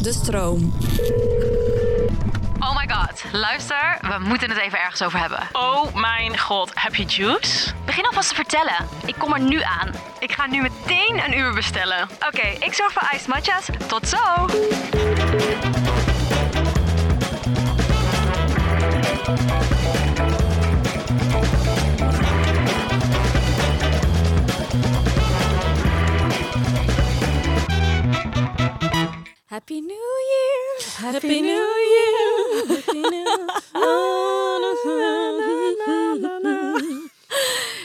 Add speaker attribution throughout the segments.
Speaker 1: De stroom.
Speaker 2: Oh my god, luister, we moeten het even ergens over hebben.
Speaker 3: Oh mijn god, heb je juice?
Speaker 2: Begin alvast te vertellen. Ik kom er nu aan. Ik ga nu meteen een uur bestellen. Oké, ik zorg voor ijs matcha's. Tot zo!
Speaker 1: Happy New Year. Happy, New Year.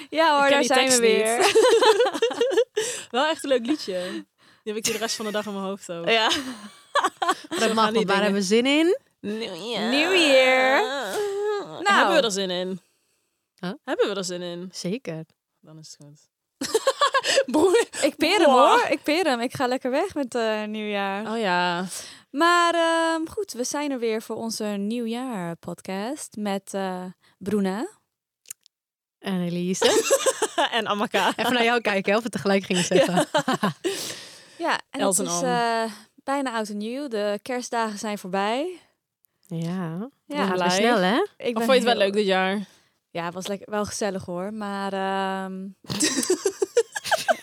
Speaker 1: Ja hoor,
Speaker 3: ken
Speaker 1: daar
Speaker 3: die
Speaker 1: zijn we
Speaker 3: tekst
Speaker 1: weer.
Speaker 3: Wel echt een leuk liedje. Die heb ik de rest van de dag in mijn hoofd ook.
Speaker 1: Ja.
Speaker 3: dat
Speaker 4: Mag, want waar hebben we zin in?
Speaker 1: New Year. Nou,
Speaker 3: Hebben we er zin in?
Speaker 4: Huh?
Speaker 3: Hebben we er zin in?
Speaker 4: Zeker.
Speaker 3: Dan is het goed. Broer.
Speaker 1: ik peer hem
Speaker 3: Wow.
Speaker 1: hoor. Ik peer hem. Ik ga lekker weg met eh nieuwjaar.
Speaker 3: Oh ja.
Speaker 1: Maar ehm, goed, we zijn er weer voor onze nieuwjaar podcast met eh Bruna.
Speaker 4: En Elise.
Speaker 3: en Amaka.
Speaker 4: Even naar jou kijken, hè, of we tegelijk gingen zeggen.
Speaker 1: Ja, en
Speaker 3: Els en
Speaker 1: het is
Speaker 3: Ann.
Speaker 1: eh, bijna oud en nieuw. De kerstdagen zijn voorbij.
Speaker 4: Ja.
Speaker 1: Ja,
Speaker 4: Ja,
Speaker 3: blij.
Speaker 4: snel hè?
Speaker 1: ik
Speaker 3: Of
Speaker 1: ben
Speaker 3: vond je het wel
Speaker 1: heel-
Speaker 3: leuk dit jaar?
Speaker 1: Ja, het was lekker, wel gezellig hoor. Maar ehm,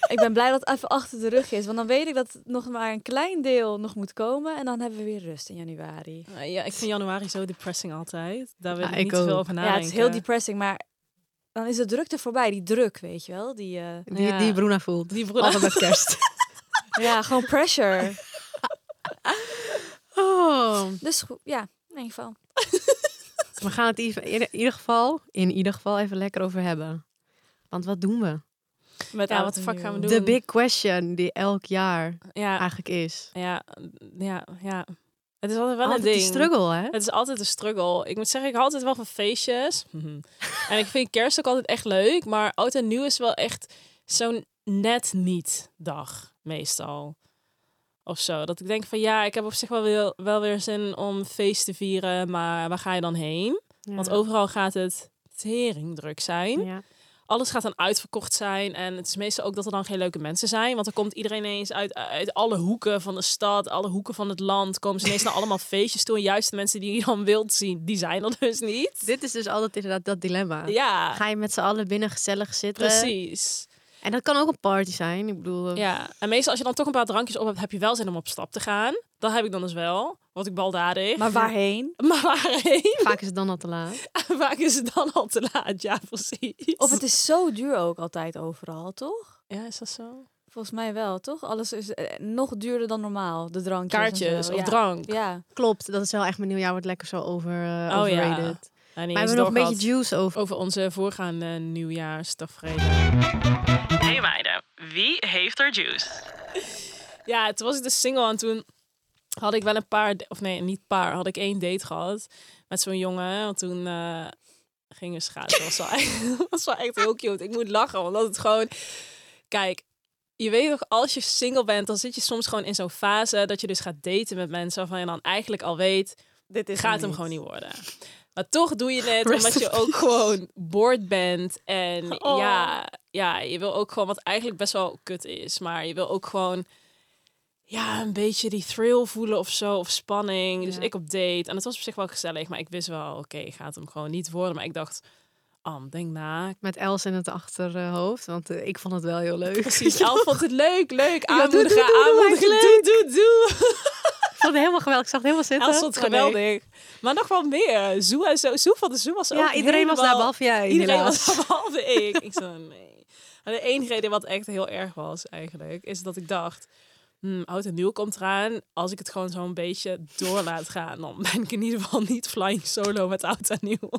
Speaker 1: ik ben blij dat het even achter de rug is. Want dan weet ik dat het nog maar een klein deel nog moet komen. En dan hebben we weer rust in januari.
Speaker 3: Eh, Ja, ik vind januari zo depressing altijd. Daar wil
Speaker 4: Ja,
Speaker 3: ik
Speaker 4: ik
Speaker 3: niet te veel
Speaker 4: ook.
Speaker 3: over
Speaker 1: ja,
Speaker 3: nadenken.
Speaker 1: het is heel depressing. Maar dan is de drukte voorbij. Die druk, weet je wel. Die, eh,
Speaker 4: Die,
Speaker 3: Ja.
Speaker 4: die Bruna voelt.
Speaker 3: Die Bruna.
Speaker 4: Altijd met kerst.
Speaker 1: ja, gewoon pressure.
Speaker 4: Oh.
Speaker 1: Dus goed, ja, in ieder geval.
Speaker 4: We gaan het in ieder- in ieder, geval, in ieder geval even lekker over hebben. Want wat doen we?
Speaker 3: Met Oh.
Speaker 1: oud
Speaker 3: ja, wat de
Speaker 1: en
Speaker 3: fuck
Speaker 1: nieuw.
Speaker 3: gaan we doen?
Speaker 4: De big question die elk jaar
Speaker 3: Ja,
Speaker 4: eigenlijk is.
Speaker 3: ja, ja, ja. Het is altijd wel
Speaker 4: Altijd
Speaker 3: een
Speaker 4: die
Speaker 3: ding.
Speaker 4: struggle hè?
Speaker 3: Het is altijd een struggle. Ik moet zeggen, ik hou altijd wel van feestjes. en ik vind kerst ook altijd echt leuk. Maar oud en nieuw is wel echt zo'n net niet dag, meestal. Of zo. Dat ik denk van ja, ik heb op zich wel weer, wel weer zin om feest te vieren. Maar waar ga je dan heen?
Speaker 4: Ja.
Speaker 3: Want overal gaat het teringdruk zijn.
Speaker 4: Ja.
Speaker 3: Alles gaat dan uitverkocht zijn. En het is meestal ook dat er dan geen leuke mensen zijn. Want er komt iedereen ineens uit, uit alle hoeken van de stad, alle hoeken van het land. Komen ze ineens naar allemaal feestjes toe. En juist de mensen die je dan wilt zien, die zijn er dus niet.
Speaker 4: Dit is dus altijd inderdaad dat dilemma.
Speaker 3: Ja,
Speaker 4: Ga je met z'n allen binnen gezellig zitten?
Speaker 3: precies.
Speaker 4: En dat kan ook een party zijn. Ik bedoel,
Speaker 3: Ja. En meestal als je dan toch een paar drankjes op hebt, heb je wel zin om op stap te gaan. Dat heb ik dan dus wel. Wat ik baldadig.
Speaker 1: Maar waarheen?
Speaker 3: Maar waarheen?
Speaker 4: vaak is het dan al te laat.
Speaker 3: Vaak is het dan al te laat. Ja, precies.
Speaker 1: Of het is zo duur ook altijd overal, toch?
Speaker 3: Ja, is dat zo?
Speaker 1: Volgens mij wel, toch? Alles is eh, nog duurder dan normaal. De drankjes. en zo,
Speaker 3: Kaartjes of
Speaker 1: ja.
Speaker 3: drank.
Speaker 1: Ja.
Speaker 4: Klopt, dat is wel echt mijn nieuwjaar wordt lekker zo over, eh,
Speaker 3: Oh, ja.
Speaker 4: overrated.
Speaker 3: En
Speaker 4: Maar
Speaker 3: ineens
Speaker 4: we hebben nog een
Speaker 3: doorgaat.
Speaker 4: beetje juice over.
Speaker 3: over onze voorgaande nieuwjaarstafreden. Hey meiden, wie heeft er juice? Ja, toen was ik dus single en toen had ik wel een paar, of nee, niet paar, had ik één date gehad met zo'n jongen. Want toen eh gingen we schaatsen. Dat was, wel echt, dat was wel echt heel cute. Ik moet lachen, omdat het gewoon... Kijk, je weet toch, als je single bent, dan zit je soms gewoon in zo'n fase dat je dus gaat daten met mensen waarvan je dan eigenlijk al weet, dit gaat hem gewoon niet worden. Maar toch doe je het
Speaker 4: Rest
Speaker 3: omdat
Speaker 4: in
Speaker 3: je ook gewoon bored bent. En
Speaker 4: Oh.
Speaker 3: ja, ja, je wil ook gewoon, wat eigenlijk best wel kut is, maar je wil ook gewoon ja, een beetje die thrill voelen of zo, of spanning. Dus
Speaker 4: Ja.
Speaker 3: ik op date. En het was op zich wel gezellig, maar ik wist wel, oké, gaat hem gewoon niet worden. Maar ik dacht, Am, denk na.
Speaker 4: Met Els in het achterhoofd, want eh, ik vond het wel heel leuk.
Speaker 3: Precies, Al vond het leuk, leuk.
Speaker 4: doe,
Speaker 3: Aanmoedigen,
Speaker 4: doe, doe, doe,
Speaker 3: aanmoedigen.
Speaker 4: lijkt
Speaker 3: Doe, doe, doe.
Speaker 4: Ik vond het helemaal geweldig. Ik zag het helemaal zitten.
Speaker 3: Els vond het
Speaker 4: Oh, nee.
Speaker 3: geweldig. Maar nog wel meer. Zoe en zo. Zoe van de Zoe was ook
Speaker 4: Ja, iedereen was daar
Speaker 3: helemaal-
Speaker 4: behalve jij.
Speaker 3: Iedereen
Speaker 4: helaas.
Speaker 3: was daar behalve ik. Ik zei, nee. Maar de enige reden wat echt heel erg was eigenlijk, is dat ik dacht... Hmm, oud en nieuw komt eraan. Als ik het gewoon zo'n beetje door laat gaan, dan ben ik in ieder geval niet flying solo met oud en nieuw.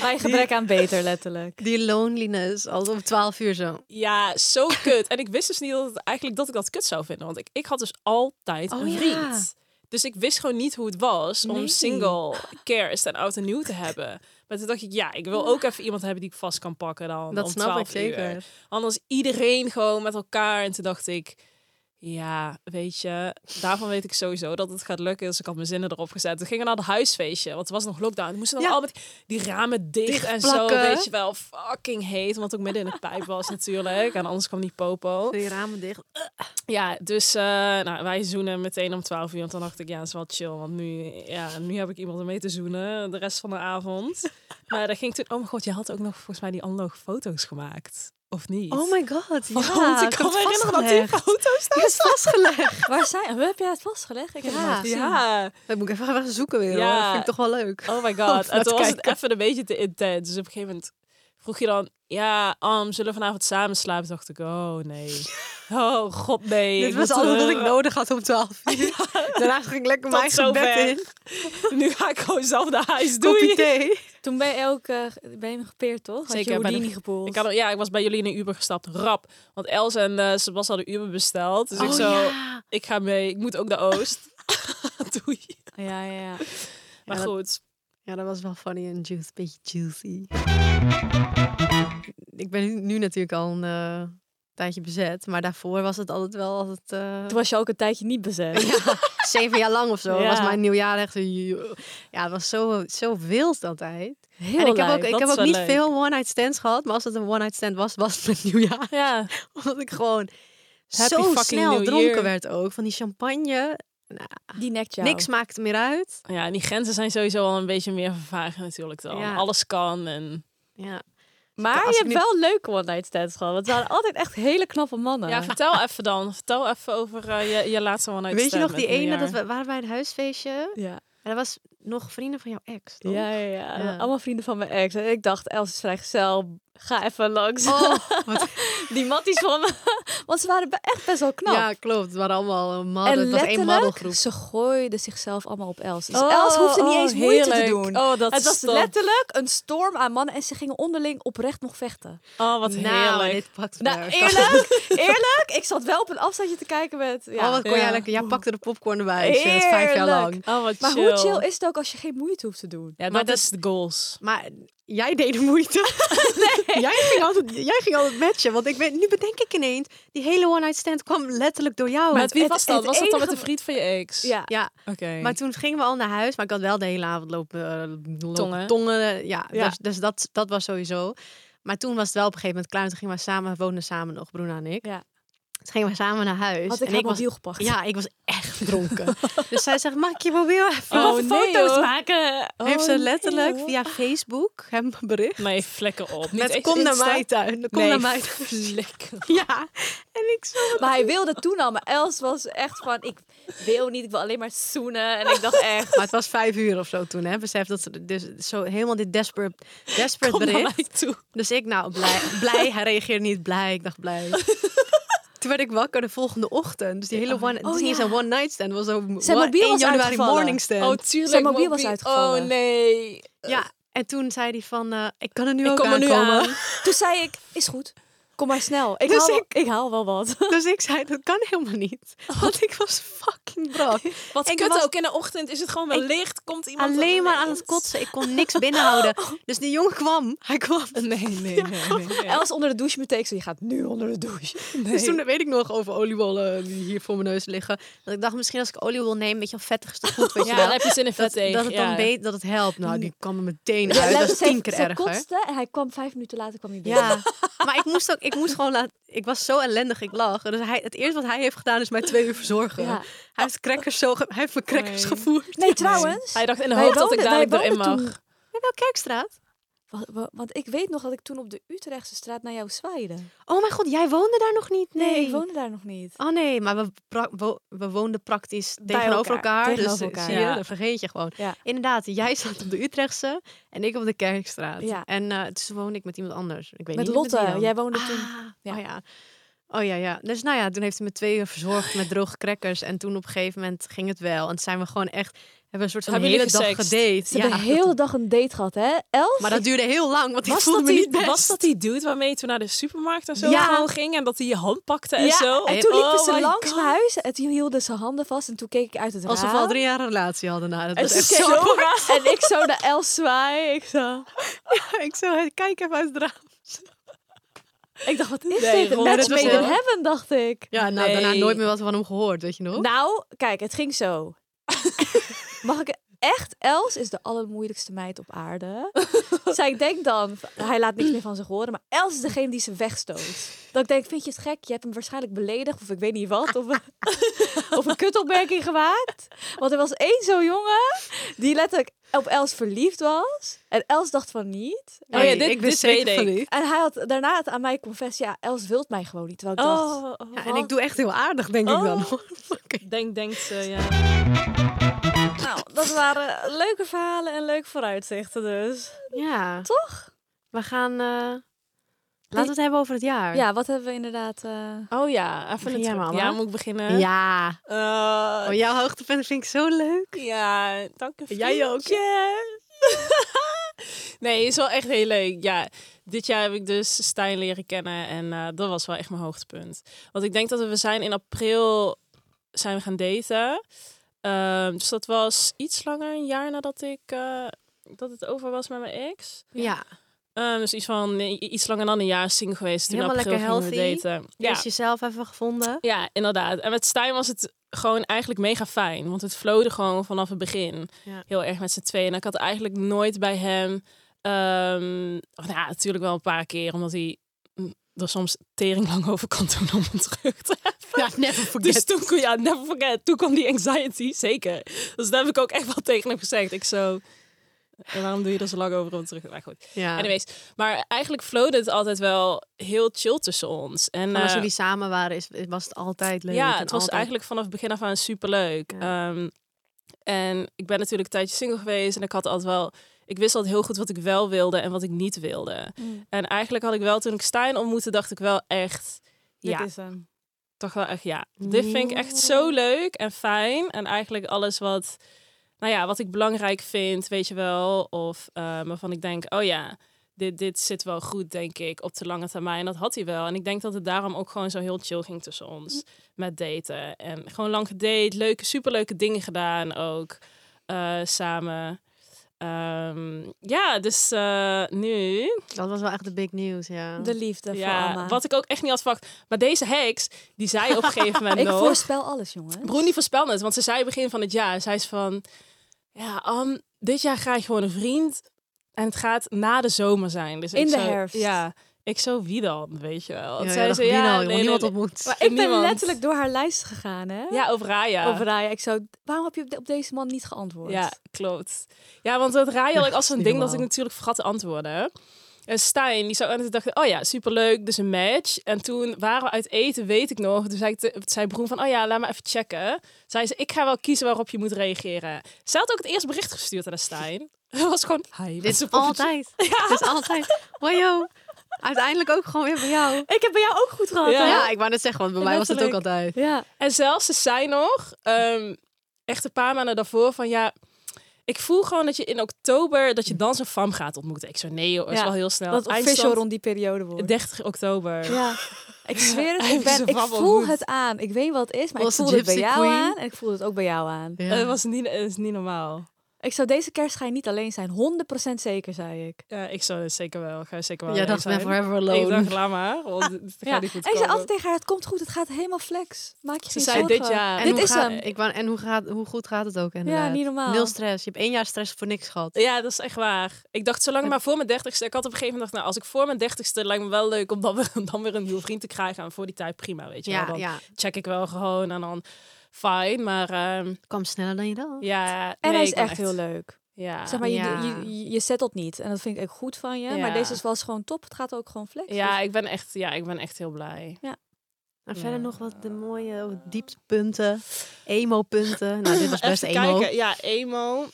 Speaker 1: Bij gebrek aan beter, letterlijk.
Speaker 4: Die loneliness, als om 12 uur zo.
Speaker 3: Ja, zo kut. En ik wist dus niet dat het, eigenlijk dat ik dat kut zou vinden. Want ik, ik had dus altijd
Speaker 4: Oh,
Speaker 3: een
Speaker 4: ja.
Speaker 3: vriend. Dus ik wist gewoon niet hoe het was om
Speaker 4: Nee.
Speaker 3: single kerst en oud en nieuw te hebben. Maar toen dacht ik, ja, ik wil ook even iemand hebben die ik vast kan pakken dan
Speaker 4: Dat
Speaker 3: om
Speaker 4: snap ik
Speaker 3: 12 uur.
Speaker 4: zeker.
Speaker 3: Anders iedereen gewoon met elkaar. En toen dacht ik, ja, weet je, daarvan weet ik sowieso dat het gaat lukken. Dus ik had mijn zinnen erop gezet. Toen gingen we naar het huisfeestje, want het was nog lockdown. Toen moesten we
Speaker 4: Ja.
Speaker 3: dan al met die ramen dicht, en zo,
Speaker 4: Dichtplakken.
Speaker 3: weet je wel, fucking heet. Want het ook midden in de pijp was natuurlijk. En anders kwam die popo.
Speaker 4: Doe je ramen dicht.
Speaker 3: Ja, dus eh, nou, wij zoenen meteen om 12 uur. Want dan dacht ik, ja, dat is wel chill. Want nu, ja, nu heb ik iemand om mee te zoenen de rest van de avond. Maar daar ging ik toen... Oh mijn god, je had ook nog volgens mij die analoge foto's gemaakt. Of niet?
Speaker 4: Oh my god, ja.
Speaker 3: Want ik kan
Speaker 4: heb
Speaker 3: me
Speaker 4: het
Speaker 3: herinneren dat die
Speaker 4: vastgelegd.
Speaker 3: foto's
Speaker 4: Ik heb het vastgelegd.
Speaker 1: Waar zijn... Hoe heb jij het vastgelegd? Ik heb het
Speaker 4: Ja.
Speaker 1: nooit gezien.
Speaker 3: Ja.
Speaker 4: Dat moet ik even gaan zoeken weer. hoor.
Speaker 3: Ja.
Speaker 4: Dat vind ik toch wel leuk.
Speaker 3: Oh my
Speaker 4: Om
Speaker 3: god.
Speaker 4: naar
Speaker 3: En
Speaker 4: te
Speaker 3: toen was het
Speaker 4: kijken.
Speaker 3: even een beetje te intens. Dus op een gegeven moment vroeg je dan... Ja, Am, zullen we vanavond samen slapen? Toen dacht ik, oh nee. Oh god, nee.
Speaker 4: Dit
Speaker 3: Ik
Speaker 4: was
Speaker 3: moet,
Speaker 4: alles wat
Speaker 3: eh,
Speaker 4: ik nodig had om 12 uur. Daarna ging ik lekker
Speaker 3: Tot
Speaker 4: mijn eigen bed
Speaker 3: zover.
Speaker 4: in.
Speaker 3: Nu ga ik gewoon zelf naar huis.
Speaker 4: Kopje
Speaker 3: Doei.
Speaker 4: thee.
Speaker 1: Toen ben je ook eh, ben je nog gepeerd, toch? Had
Speaker 3: Zeker,
Speaker 1: je
Speaker 3: ik ben
Speaker 1: Houdini
Speaker 3: nog-
Speaker 1: gepoeld.
Speaker 3: Ik had, ja, ik was bij jullie in een Uber gestapt. Rap. Want Els en eh, Sebastian hadden Uber besteld. Dus ik zo,
Speaker 4: Oh, ja.
Speaker 3: ik ga mee. Ik moet ook naar Oost. Doei.
Speaker 1: Ja, ja, ja.
Speaker 3: Maar
Speaker 4: Ja, dat-
Speaker 3: goed.
Speaker 4: Ja, dat was wel funny en juicy. Beetje juicy. Ik ben nu- nu natuurlijk al een eh, tijdje bezet. Maar daarvoor was het altijd wel altijd... eh,
Speaker 1: Toen was je ook een tijdje niet bezet.
Speaker 4: ja, zeven jaar lang of zo.
Speaker 1: Ja.
Speaker 4: was mijn nieuwjaar echt... zo- Ja, het was zo, zo wild altijd.
Speaker 1: Heel
Speaker 4: en ik heb
Speaker 1: leuk,
Speaker 4: ook, ik
Speaker 3: dat
Speaker 4: heb
Speaker 3: is
Speaker 4: ook
Speaker 3: wel
Speaker 4: niet
Speaker 3: leuk.
Speaker 4: veel one-night stands gehad. Maar als het een one-night stand was, was het een nieuwjaar.
Speaker 3: Ja.
Speaker 4: Omdat ik gewoon
Speaker 3: Happy
Speaker 4: zo
Speaker 3: fucking
Speaker 4: snel
Speaker 3: New
Speaker 4: dronken
Speaker 3: Year.
Speaker 4: werd ook. Van die champagne.
Speaker 1: Die nekt jou.
Speaker 4: Niks maakte meer uit.
Speaker 3: ja, en die grenzen zijn sowieso al een beetje meer vervagen natuurlijk dan.
Speaker 4: Ja.
Speaker 3: Alles kan en...
Speaker 4: Ja.
Speaker 1: Maar
Speaker 4: Als
Speaker 1: je
Speaker 4: ik
Speaker 1: hebt
Speaker 4: nu-
Speaker 1: wel leuke one-night stands gehad. Want ze waren altijd echt hele knappe mannen.
Speaker 3: Ja, eh, vertel even dan. Vertel even over eh, je, je laatste one night
Speaker 4: Weet je
Speaker 3: stand
Speaker 4: nog
Speaker 3: met
Speaker 4: die ene,
Speaker 3: nieuwjaar.
Speaker 4: dat we waren bij een huisfeestje.
Speaker 1: ja.
Speaker 4: En dat was nog vrienden van jouw ex, toch?
Speaker 1: Ja, ja, ja.
Speaker 4: Ja.
Speaker 1: Allemaal vrienden van mijn ex. En ik dacht, Els is vrijgezel. Ga even langs.
Speaker 4: Oh, wat-
Speaker 1: Die matties van me. Want ze waren be- echt best wel knap.
Speaker 4: ja, klopt. We waren allemaal een
Speaker 1: en
Speaker 4: madden. Het was één
Speaker 1: letterlijk,
Speaker 4: maddelgroep.
Speaker 1: ze gooiden zichzelf allemaal op Els. Dus
Speaker 3: Oh,
Speaker 1: Els hoefde niet
Speaker 3: oh,
Speaker 1: eens moeite te
Speaker 3: heerlijk.
Speaker 1: doen.
Speaker 3: Oh, dat
Speaker 1: het was
Speaker 3: stond.
Speaker 1: letterlijk een storm aan mannen. En ze gingen onderling oprecht nog vechten.
Speaker 3: Oh, wat
Speaker 4: Nou,
Speaker 3: heerlijk.
Speaker 4: dit pakt me
Speaker 1: Nou,
Speaker 4: uit.
Speaker 1: eerlijk, eerlijk. Ik zat wel op een afstandje te kijken met... Ja.
Speaker 4: Oh, wat kon jij
Speaker 3: Ja.
Speaker 4: lekker. Jij pakte de popcorn erbij. shit, vijf jaar
Speaker 1: Heerlijk.
Speaker 4: lang.
Speaker 3: Oh, wat
Speaker 1: maar
Speaker 3: chill.
Speaker 1: hoe chill is dus het ook als je geen moeite hoeft te doen?
Speaker 3: Ja,
Speaker 4: Maar
Speaker 3: dat
Speaker 4: dat-
Speaker 3: is de goals.
Speaker 4: Maar jij deed de moeite. jij, ging altijd, jij ging altijd matchen. Want ik ben, nu bedenk ik ineens, die hele one-night stand kwam letterlijk door jou.
Speaker 3: Maar met wie
Speaker 1: Oh, het-
Speaker 3: was dat?
Speaker 1: het
Speaker 3: Was dat dan met
Speaker 1: enige-
Speaker 3: een vriend van je ex?
Speaker 1: Ja.
Speaker 4: ja,
Speaker 3: Oké.
Speaker 4: maar toen gingen we al naar huis. Maar ik had wel de hele avond lopen, eh, lopen
Speaker 3: Tongen.
Speaker 4: tongen. Ja,
Speaker 1: Ja.
Speaker 4: Dus, dus dat, dat was sowieso. Maar toen was het wel op een gegeven moment klaar. En toen gingen we samen, we woonden samen nog, Bruna en ik.
Speaker 1: Ja.
Speaker 4: Toen gingen we samen naar huis.
Speaker 1: Had
Speaker 4: en
Speaker 1: ik haar
Speaker 4: ik was,
Speaker 1: mobiel gepakt.
Speaker 4: ja, ik was echt dronken. dus zij zegt, mag ik je mobiel even?
Speaker 3: Oh,
Speaker 4: wat
Speaker 3: nee, hoor. Oh,
Speaker 4: maken. Heeft ze
Speaker 3: nee,
Speaker 4: letterlijk
Speaker 3: hoor.
Speaker 4: via Facebook hem bericht.
Speaker 3: Nee, vlekken op. Niet
Speaker 4: Met
Speaker 3: echt
Speaker 4: kom naar
Speaker 3: Insta.
Speaker 4: mij tuin. Kom
Speaker 3: Nee,
Speaker 4: naar mij tuin.
Speaker 3: vlekken.
Speaker 4: Ja, en ik zo.
Speaker 1: Maar hij wilde toen al. Maar Els was echt van, ik wil niet. Ik wil alleen maar zoenen. En ik dacht echt...
Speaker 4: Maar het was vijf uur of zo toen, hè? Besef dat ze dus zo helemaal dit desperate, desperate
Speaker 3: Kom naar
Speaker 4: bericht.
Speaker 3: mij toe.
Speaker 4: Dus ik, nou, blij, blij. Hij reageerde niet blij. Ik dacht blij. Toen werd ik wakker de volgende ochtend. Dus die
Speaker 3: Oh,
Speaker 4: hele one, het is niet
Speaker 1: ja.
Speaker 4: eens een one night stand. Het was zo'n
Speaker 1: Zijn
Speaker 4: one-
Speaker 1: mobiel
Speaker 4: 1
Speaker 1: was
Speaker 4: januari
Speaker 1: uitgevallen.
Speaker 4: morning stand.
Speaker 3: Oh, tuurlijk.
Speaker 1: Zijn mobiel was uitgevallen.
Speaker 3: Oh, nee.
Speaker 4: ja, en toen zei hij van, eh, ik kan er nu
Speaker 3: Ik
Speaker 4: ook
Speaker 3: kom er nu
Speaker 4: aankomen.
Speaker 3: aan.
Speaker 1: Toen zei ik, is goed. Kom maar snel. Ik,
Speaker 4: Dus
Speaker 1: haal, wel-
Speaker 4: ik-
Speaker 1: ik haal wel wat.
Speaker 4: Dus ik zei, dat kan helemaal niet. Want ik was fucking brak.
Speaker 3: Oh. Wat
Speaker 4: Ik
Speaker 3: kut
Speaker 4: was-
Speaker 3: ook. In de ochtend is het gewoon wel licht. Komt iemand...
Speaker 4: Alleen maar aan het kotsen. Ik kon niks binnenhouden. Dus die jongen kwam. Hij kwam.
Speaker 3: Nee, nee, nee. nee, nee.
Speaker 1: Els onder de douche meteen. Ik zei, je gaat nu onder de douche.
Speaker 4: Dus toen weet ik nog over oliebollen die hier voor mijn neus liggen. Dat ik dacht, misschien als ik oliebol neem, een beetje al vettig is toch goed, weet je
Speaker 3: Ja,
Speaker 4: wel.
Speaker 3: dan heb je zin in
Speaker 4: dat,
Speaker 3: vet
Speaker 4: dat het dan beet- dat het helpt. Nou, die kwam er meteen uit.
Speaker 1: luister,
Speaker 4: dat is
Speaker 1: zij-
Speaker 4: tien keer
Speaker 1: zij
Speaker 4: erger.
Speaker 1: kotste en hij kwam vijf minuten later kwam hij binnen.
Speaker 4: Ja, maar ik moest, ook, ik moest gewoon laten... Ik was zo ellendig, ik lag. Dus hij, het eerste wat hij heeft gedaan is mij twee uur verzorgen.
Speaker 1: Ja.
Speaker 4: Hij, heeft crackers zo ge- hij heeft me crackers
Speaker 3: Nee.
Speaker 4: gevoerd.
Speaker 1: Nee, trouwens.
Speaker 3: Hij dacht in de
Speaker 1: Wij
Speaker 3: hoop dat ik
Speaker 1: woonden- wij
Speaker 3: dadelijk erin
Speaker 1: woonden
Speaker 3: mag.
Speaker 1: toen-
Speaker 4: Bij wel Kerkstraat?
Speaker 1: Wa- wa- Want ik weet nog dat ik toen op de Utrechtse straat naar jou zwaaide.
Speaker 4: Oh mijn god, jij woonde daar nog niet? Nee,
Speaker 1: Nee, ik woonde daar nog niet.
Speaker 4: Oh nee, maar we, pra- wo- we woonden praktisch
Speaker 1: Bij
Speaker 4: tegenover
Speaker 1: elkaar,
Speaker 4: elkaar.
Speaker 1: tegenover
Speaker 4: dus
Speaker 1: elkaar.
Speaker 4: zie je,
Speaker 3: Ja.
Speaker 4: dat vergeet je gewoon.
Speaker 1: Ja.
Speaker 4: Inderdaad, jij zat op de Utrechtse en ik op de Kerkstraat.
Speaker 1: Ja.
Speaker 4: En eh, toen woonde ik met iemand anders. Ik weet
Speaker 1: Met
Speaker 4: niet
Speaker 1: Lotte.
Speaker 4: wie dan.
Speaker 1: Jij woonde toen-
Speaker 4: Ah,
Speaker 1: ja.
Speaker 4: Oh ja. Oh ja, ja. Dus nou ja, toen heeft hij me twee uur verzorgd met droge crackers. En toen op een gegeven moment ging het wel. En zijn we gewoon echt... Hebben we een soort van
Speaker 3: Hebben
Speaker 4: hele
Speaker 3: jullie
Speaker 4: dag
Speaker 3: gesext?
Speaker 4: gedate.
Speaker 1: Ze hebben de hele dag een date gehad, hè? Elf?
Speaker 4: Maar dat duurde heel lang, want ik
Speaker 3: Was
Speaker 4: voelde
Speaker 3: dat,
Speaker 4: me
Speaker 3: die,
Speaker 4: niet best.
Speaker 3: was dat die dude waarmee je toen naar de supermarkt en zo
Speaker 4: Ja.
Speaker 3: gewoon ging? En dat hij je hand pakte en
Speaker 1: ja,
Speaker 3: zo?
Speaker 1: en toen liepen
Speaker 3: Oh
Speaker 1: ze
Speaker 3: my
Speaker 1: langs
Speaker 3: God.
Speaker 1: mijn huis. En toen hielden ze handen vast. En toen keek ik uit het raam.
Speaker 4: Alsof we al drie jaar een relatie hadden. Nou, dat
Speaker 1: En
Speaker 4: was
Speaker 1: toen
Speaker 4: echt
Speaker 1: keek
Speaker 4: zo...
Speaker 1: ik op En ik zo naar Els zwaaien. Ik, zo...
Speaker 4: Ik zo, kijk even uit het raam.
Speaker 1: ik dacht, wat is
Speaker 3: Nee,
Speaker 1: dit? Een
Speaker 3: Ron,
Speaker 4: dit was
Speaker 1: match made in
Speaker 4: heel-
Speaker 1: heaven, dacht ik.
Speaker 4: Ja, nou, daarna
Speaker 3: Nee.
Speaker 4: nooit meer wat van hem gehoord, weet je nog?
Speaker 1: Nou, kijk, het ging zo. Mag ik e-, echt? Els is de allermoeilijkste meid op aarde. Zij denkt dan, hij laat niks meer van zich horen, maar Els is degene die ze wegstoot. Dat ik denk, vind je het gek? Je hebt hem waarschijnlijk beledigd of ik weet niet wat. Of, of een kutopmerking gemaakt. Want er was één zo'n jongen die letterlijk op Els verliefd was. En Els dacht van niet.
Speaker 3: Oh ja,
Speaker 4: Nee,
Speaker 3: dit-
Speaker 4: ik wist
Speaker 3: dit
Speaker 4: zeker
Speaker 3: weet
Speaker 4: van
Speaker 3: ik.
Speaker 4: niet.
Speaker 1: En hij had daarna het aan mij confessed, ja, Els wilt mij gewoon niet. Terwijl ik dacht,
Speaker 3: Oh, oh,
Speaker 4: Ja, en ik doe echt heel aardig, denk ik dan.
Speaker 3: Oh.
Speaker 4: Oké.
Speaker 3: Denk, denkt ze, ja.
Speaker 1: nou, dat waren leuke verhalen en leuke vooruitzichten dus.
Speaker 4: Ja,
Speaker 1: Toch?
Speaker 4: we gaan... eh, Laten we het hebben over het jaar.
Speaker 1: Ja, wat hebben we inderdaad... eh,
Speaker 3: Oh ja, even
Speaker 4: Begin jij maar,
Speaker 3: Ja,
Speaker 4: Anna.
Speaker 3: moet ik beginnen?
Speaker 4: Ja.
Speaker 3: Eh,
Speaker 4: Oh, jouw hoogtepunt vind ik zo leuk.
Speaker 3: Ja, dank je.
Speaker 4: Jij ook.
Speaker 3: vriendje. nee, is wel echt heel leuk. Ja, dit jaar heb ik dus Stijn leren kennen en eh, dat was wel echt mijn hoogtepunt. Want ik denk dat we zijn in april zijn we gaan daten. Ehm, dus dat was iets langer, een jaar nadat ik eh, dat het over was met mijn ex.
Speaker 4: Ja.
Speaker 3: Ehm, dus iets van nee, iets langer dan een jaar single geweest. Toen in
Speaker 4: Helemaal
Speaker 3: april
Speaker 4: lekker
Speaker 3: gingen
Speaker 4: healthy.
Speaker 3: we daten.
Speaker 4: Is jezelf even gevonden.
Speaker 3: Ja, inderdaad. En met Stijn was het gewoon eigenlijk mega fijn. Want het flowde gewoon vanaf het begin.
Speaker 4: Ja.
Speaker 3: Heel erg met z'n tweeën. En ik had eigenlijk nooit bij hem... ehm, of nou ja, natuurlijk wel een paar keer. Omdat hij mm, er soms tering lang over kan doen om hem terug te hebben.
Speaker 4: Ja, never
Speaker 3: Dus toen, kon- ja, never forget. Toen kwam die anxiety, zeker. Dus daar heb ik ook echt wel tegen hem gezegd. Ik zo... "En waarom doe je er zo lang over om terug te Maar goed.
Speaker 4: Ja.
Speaker 3: Anyways. Maar eigenlijk flowde het altijd wel heel chill tussen ons. En,
Speaker 4: Van als
Speaker 3: eh,
Speaker 4: jullie samen waren, is, was het altijd leuk.
Speaker 3: ja,
Speaker 4: en
Speaker 3: het was
Speaker 4: altijd-
Speaker 3: eigenlijk vanaf het begin af aan superleuk. Ehm, en ik ben natuurlijk een tijdje single geweest en ik had altijd wel. Ik wist altijd heel goed wat ik wel wilde en wat ik niet wilde. En eigenlijk had ik wel, toen ik Stijn ontmoette, dacht ik wel echt. Ja,
Speaker 1: Dit is hem.
Speaker 3: toch wel echt ja. Dit vind ik echt zo leuk en fijn. En eigenlijk alles wat, nou ja, wat ik belangrijk vind, weet je wel. Of eh, waarvan ik denk, oh ja, dit, dit zit wel goed, denk ik, op de lange termijn. Dat had hij wel. En ik denk dat het daarom ook gewoon zo heel chill ging tussen ons. Met daten. En gewoon lang gedate, leuke, superleuke dingen gedaan ook. eh, samen. Ehm, ja, dus eh, nu
Speaker 4: Dat was wel echt de big news, ja.
Speaker 1: De liefde eh, voor Alma.
Speaker 3: wat ik ook echt niet had verwacht. Maar deze heks, die zei op een gegeven moment
Speaker 1: ik
Speaker 3: nog...
Speaker 1: voorspel alles, jongen.
Speaker 3: Broen die voorspelde het, want ze zei begin van het jaar, zei ze van, ja, Am, dit jaar krijg je gewoon een vriend en het gaat na de zomer zijn. Dus ik
Speaker 1: In de
Speaker 3: zo,
Speaker 1: herfst.
Speaker 3: Ja, ik zo, wie dan, weet je wel.
Speaker 4: ja,
Speaker 3: Toen
Speaker 4: ja,
Speaker 3: zei
Speaker 4: dat
Speaker 3: ze,
Speaker 4: wie
Speaker 3: ja,
Speaker 4: nou,
Speaker 3: nee, nee,
Speaker 4: jongen? Niemand
Speaker 3: nee.
Speaker 4: ontmoet.
Speaker 3: Maar
Speaker 1: Ik ben
Speaker 3: niemand.
Speaker 1: letterlijk door haar lijst gegaan, hè?
Speaker 3: Ja, over Raya.
Speaker 1: Over Raya. Ik zo, waarom heb je op, de- op deze man niet geantwoord?
Speaker 3: Ja, klopt. Ja, want dat raai had ik als een
Speaker 4: Niet
Speaker 3: ding dat ik
Speaker 4: normaal.
Speaker 3: natuurlijk vergat te antwoorden. En Stijn, die zou en toen dacht ik, oh ja, superleuk, dus een match. En toen waren we uit eten, weet ik nog. Toen zei, ik te- toen zei Broen van, oh ja, laat maar even checken. Zei ze, ik ga wel kiezen waarop je moet reageren. Ze had ook het eerste bericht gestuurd aan Stijn. Dat was gewoon, hi. met
Speaker 4: Dit is
Speaker 3: zijn poppetje.
Speaker 4: altijd. Dit is altijd. Hoi, yo. Uiteindelijk ook gewoon weer bij jou.
Speaker 1: Ik heb bij jou ook goed gehad,
Speaker 3: Ja.
Speaker 1: hè?
Speaker 4: Ja, ik wou net zeggen, want bij mij was het ook
Speaker 1: Letterlijk.
Speaker 4: altijd.
Speaker 1: Ja.
Speaker 3: En zelfs ze zei nog, ehm, echt een paar maanden daarvoor, van ja, ik voel gewoon dat je in oktober, dat je
Speaker 1: Mm.
Speaker 3: dan zo'n fam gaat ontmoeten. Ik zo, nee hoor, dat is
Speaker 1: Ja,
Speaker 3: wel heel snel.
Speaker 1: Dat het official
Speaker 3: Eindstand
Speaker 1: rond die periode wordt.
Speaker 3: 30 oktober.
Speaker 1: Ja. Ik zweer het, ik,
Speaker 3: Even
Speaker 1: ben,
Speaker 3: zijn
Speaker 1: ik
Speaker 3: wabbel
Speaker 1: voel
Speaker 3: goed.
Speaker 1: het aan. Ik weet wat het is, maar
Speaker 4: Was de
Speaker 1: ik voel het bij
Speaker 4: Gypsy
Speaker 1: jou
Speaker 4: Queen?
Speaker 1: aan en ik voel het ook bij jou aan.
Speaker 4: Ja.
Speaker 3: Eh, Het was niet, het is niet normaal.
Speaker 1: Ik zou deze kerst ga je niet alleen zijn, 100% zeker, zei ik.
Speaker 3: Ja, ik zou het zeker wel. Ga zeker wel.
Speaker 4: Jij
Speaker 3: mee
Speaker 4: dacht, ben
Speaker 3: zijn.
Speaker 4: forever
Speaker 3: Ik dacht,
Speaker 4: alone.
Speaker 3: laat maar. Want het gaat
Speaker 1: Ja.
Speaker 3: niet goed
Speaker 1: en ik zei
Speaker 3: komen.
Speaker 1: altijd tegen haar, het komt goed, het gaat helemaal flex. Maak je
Speaker 3: Ze
Speaker 1: geen
Speaker 3: zei
Speaker 1: zorgen.
Speaker 3: dit jaar.
Speaker 4: En
Speaker 1: dit
Speaker 4: hoe
Speaker 1: is
Speaker 4: gaat-
Speaker 1: hem.
Speaker 4: Ik wou, en hoe, gaat, hoe goed gaat het ook inderdaad?
Speaker 1: niet normaal.
Speaker 4: Nul stress. Je hebt één jaar stress voor niks gehad.
Speaker 3: Ja, dat is echt waar. Ik dacht, zolang maar voor mijn dertigste. Ik had op een gegeven moment gedacht, nou, als ik voor mijn dertigste, lijkt me wel leuk om dan weer, dan weer een nieuwe vriend te krijgen. En voor die tijd prima, weet je wel.
Speaker 4: Ja,
Speaker 3: Dan
Speaker 4: ja.
Speaker 3: check ik wel gewoon en dan fijn. Maar ehm,
Speaker 4: Het kwam sneller dan je dacht.
Speaker 3: ja,
Speaker 1: En
Speaker 3: nee,
Speaker 1: hij is
Speaker 3: ik ben
Speaker 1: echt heel leuk.
Speaker 3: Ja.
Speaker 1: Zeg maar, je,
Speaker 4: Ja.
Speaker 1: je, je, je settelt niet. En dat vind ik ook goed van je. Maar
Speaker 3: Ja.
Speaker 1: deze was gewoon top. Het gaat ook gewoon flex.
Speaker 3: ja, ik ben echt, ja, ik ben echt heel blij.
Speaker 4: En
Speaker 3: Ja.
Speaker 4: Nou, verder nog wat de mooie oh, dieptepunten, emo-punten. Nou, dit was best
Speaker 3: even
Speaker 4: emo.
Speaker 3: kijken. Ja, emo.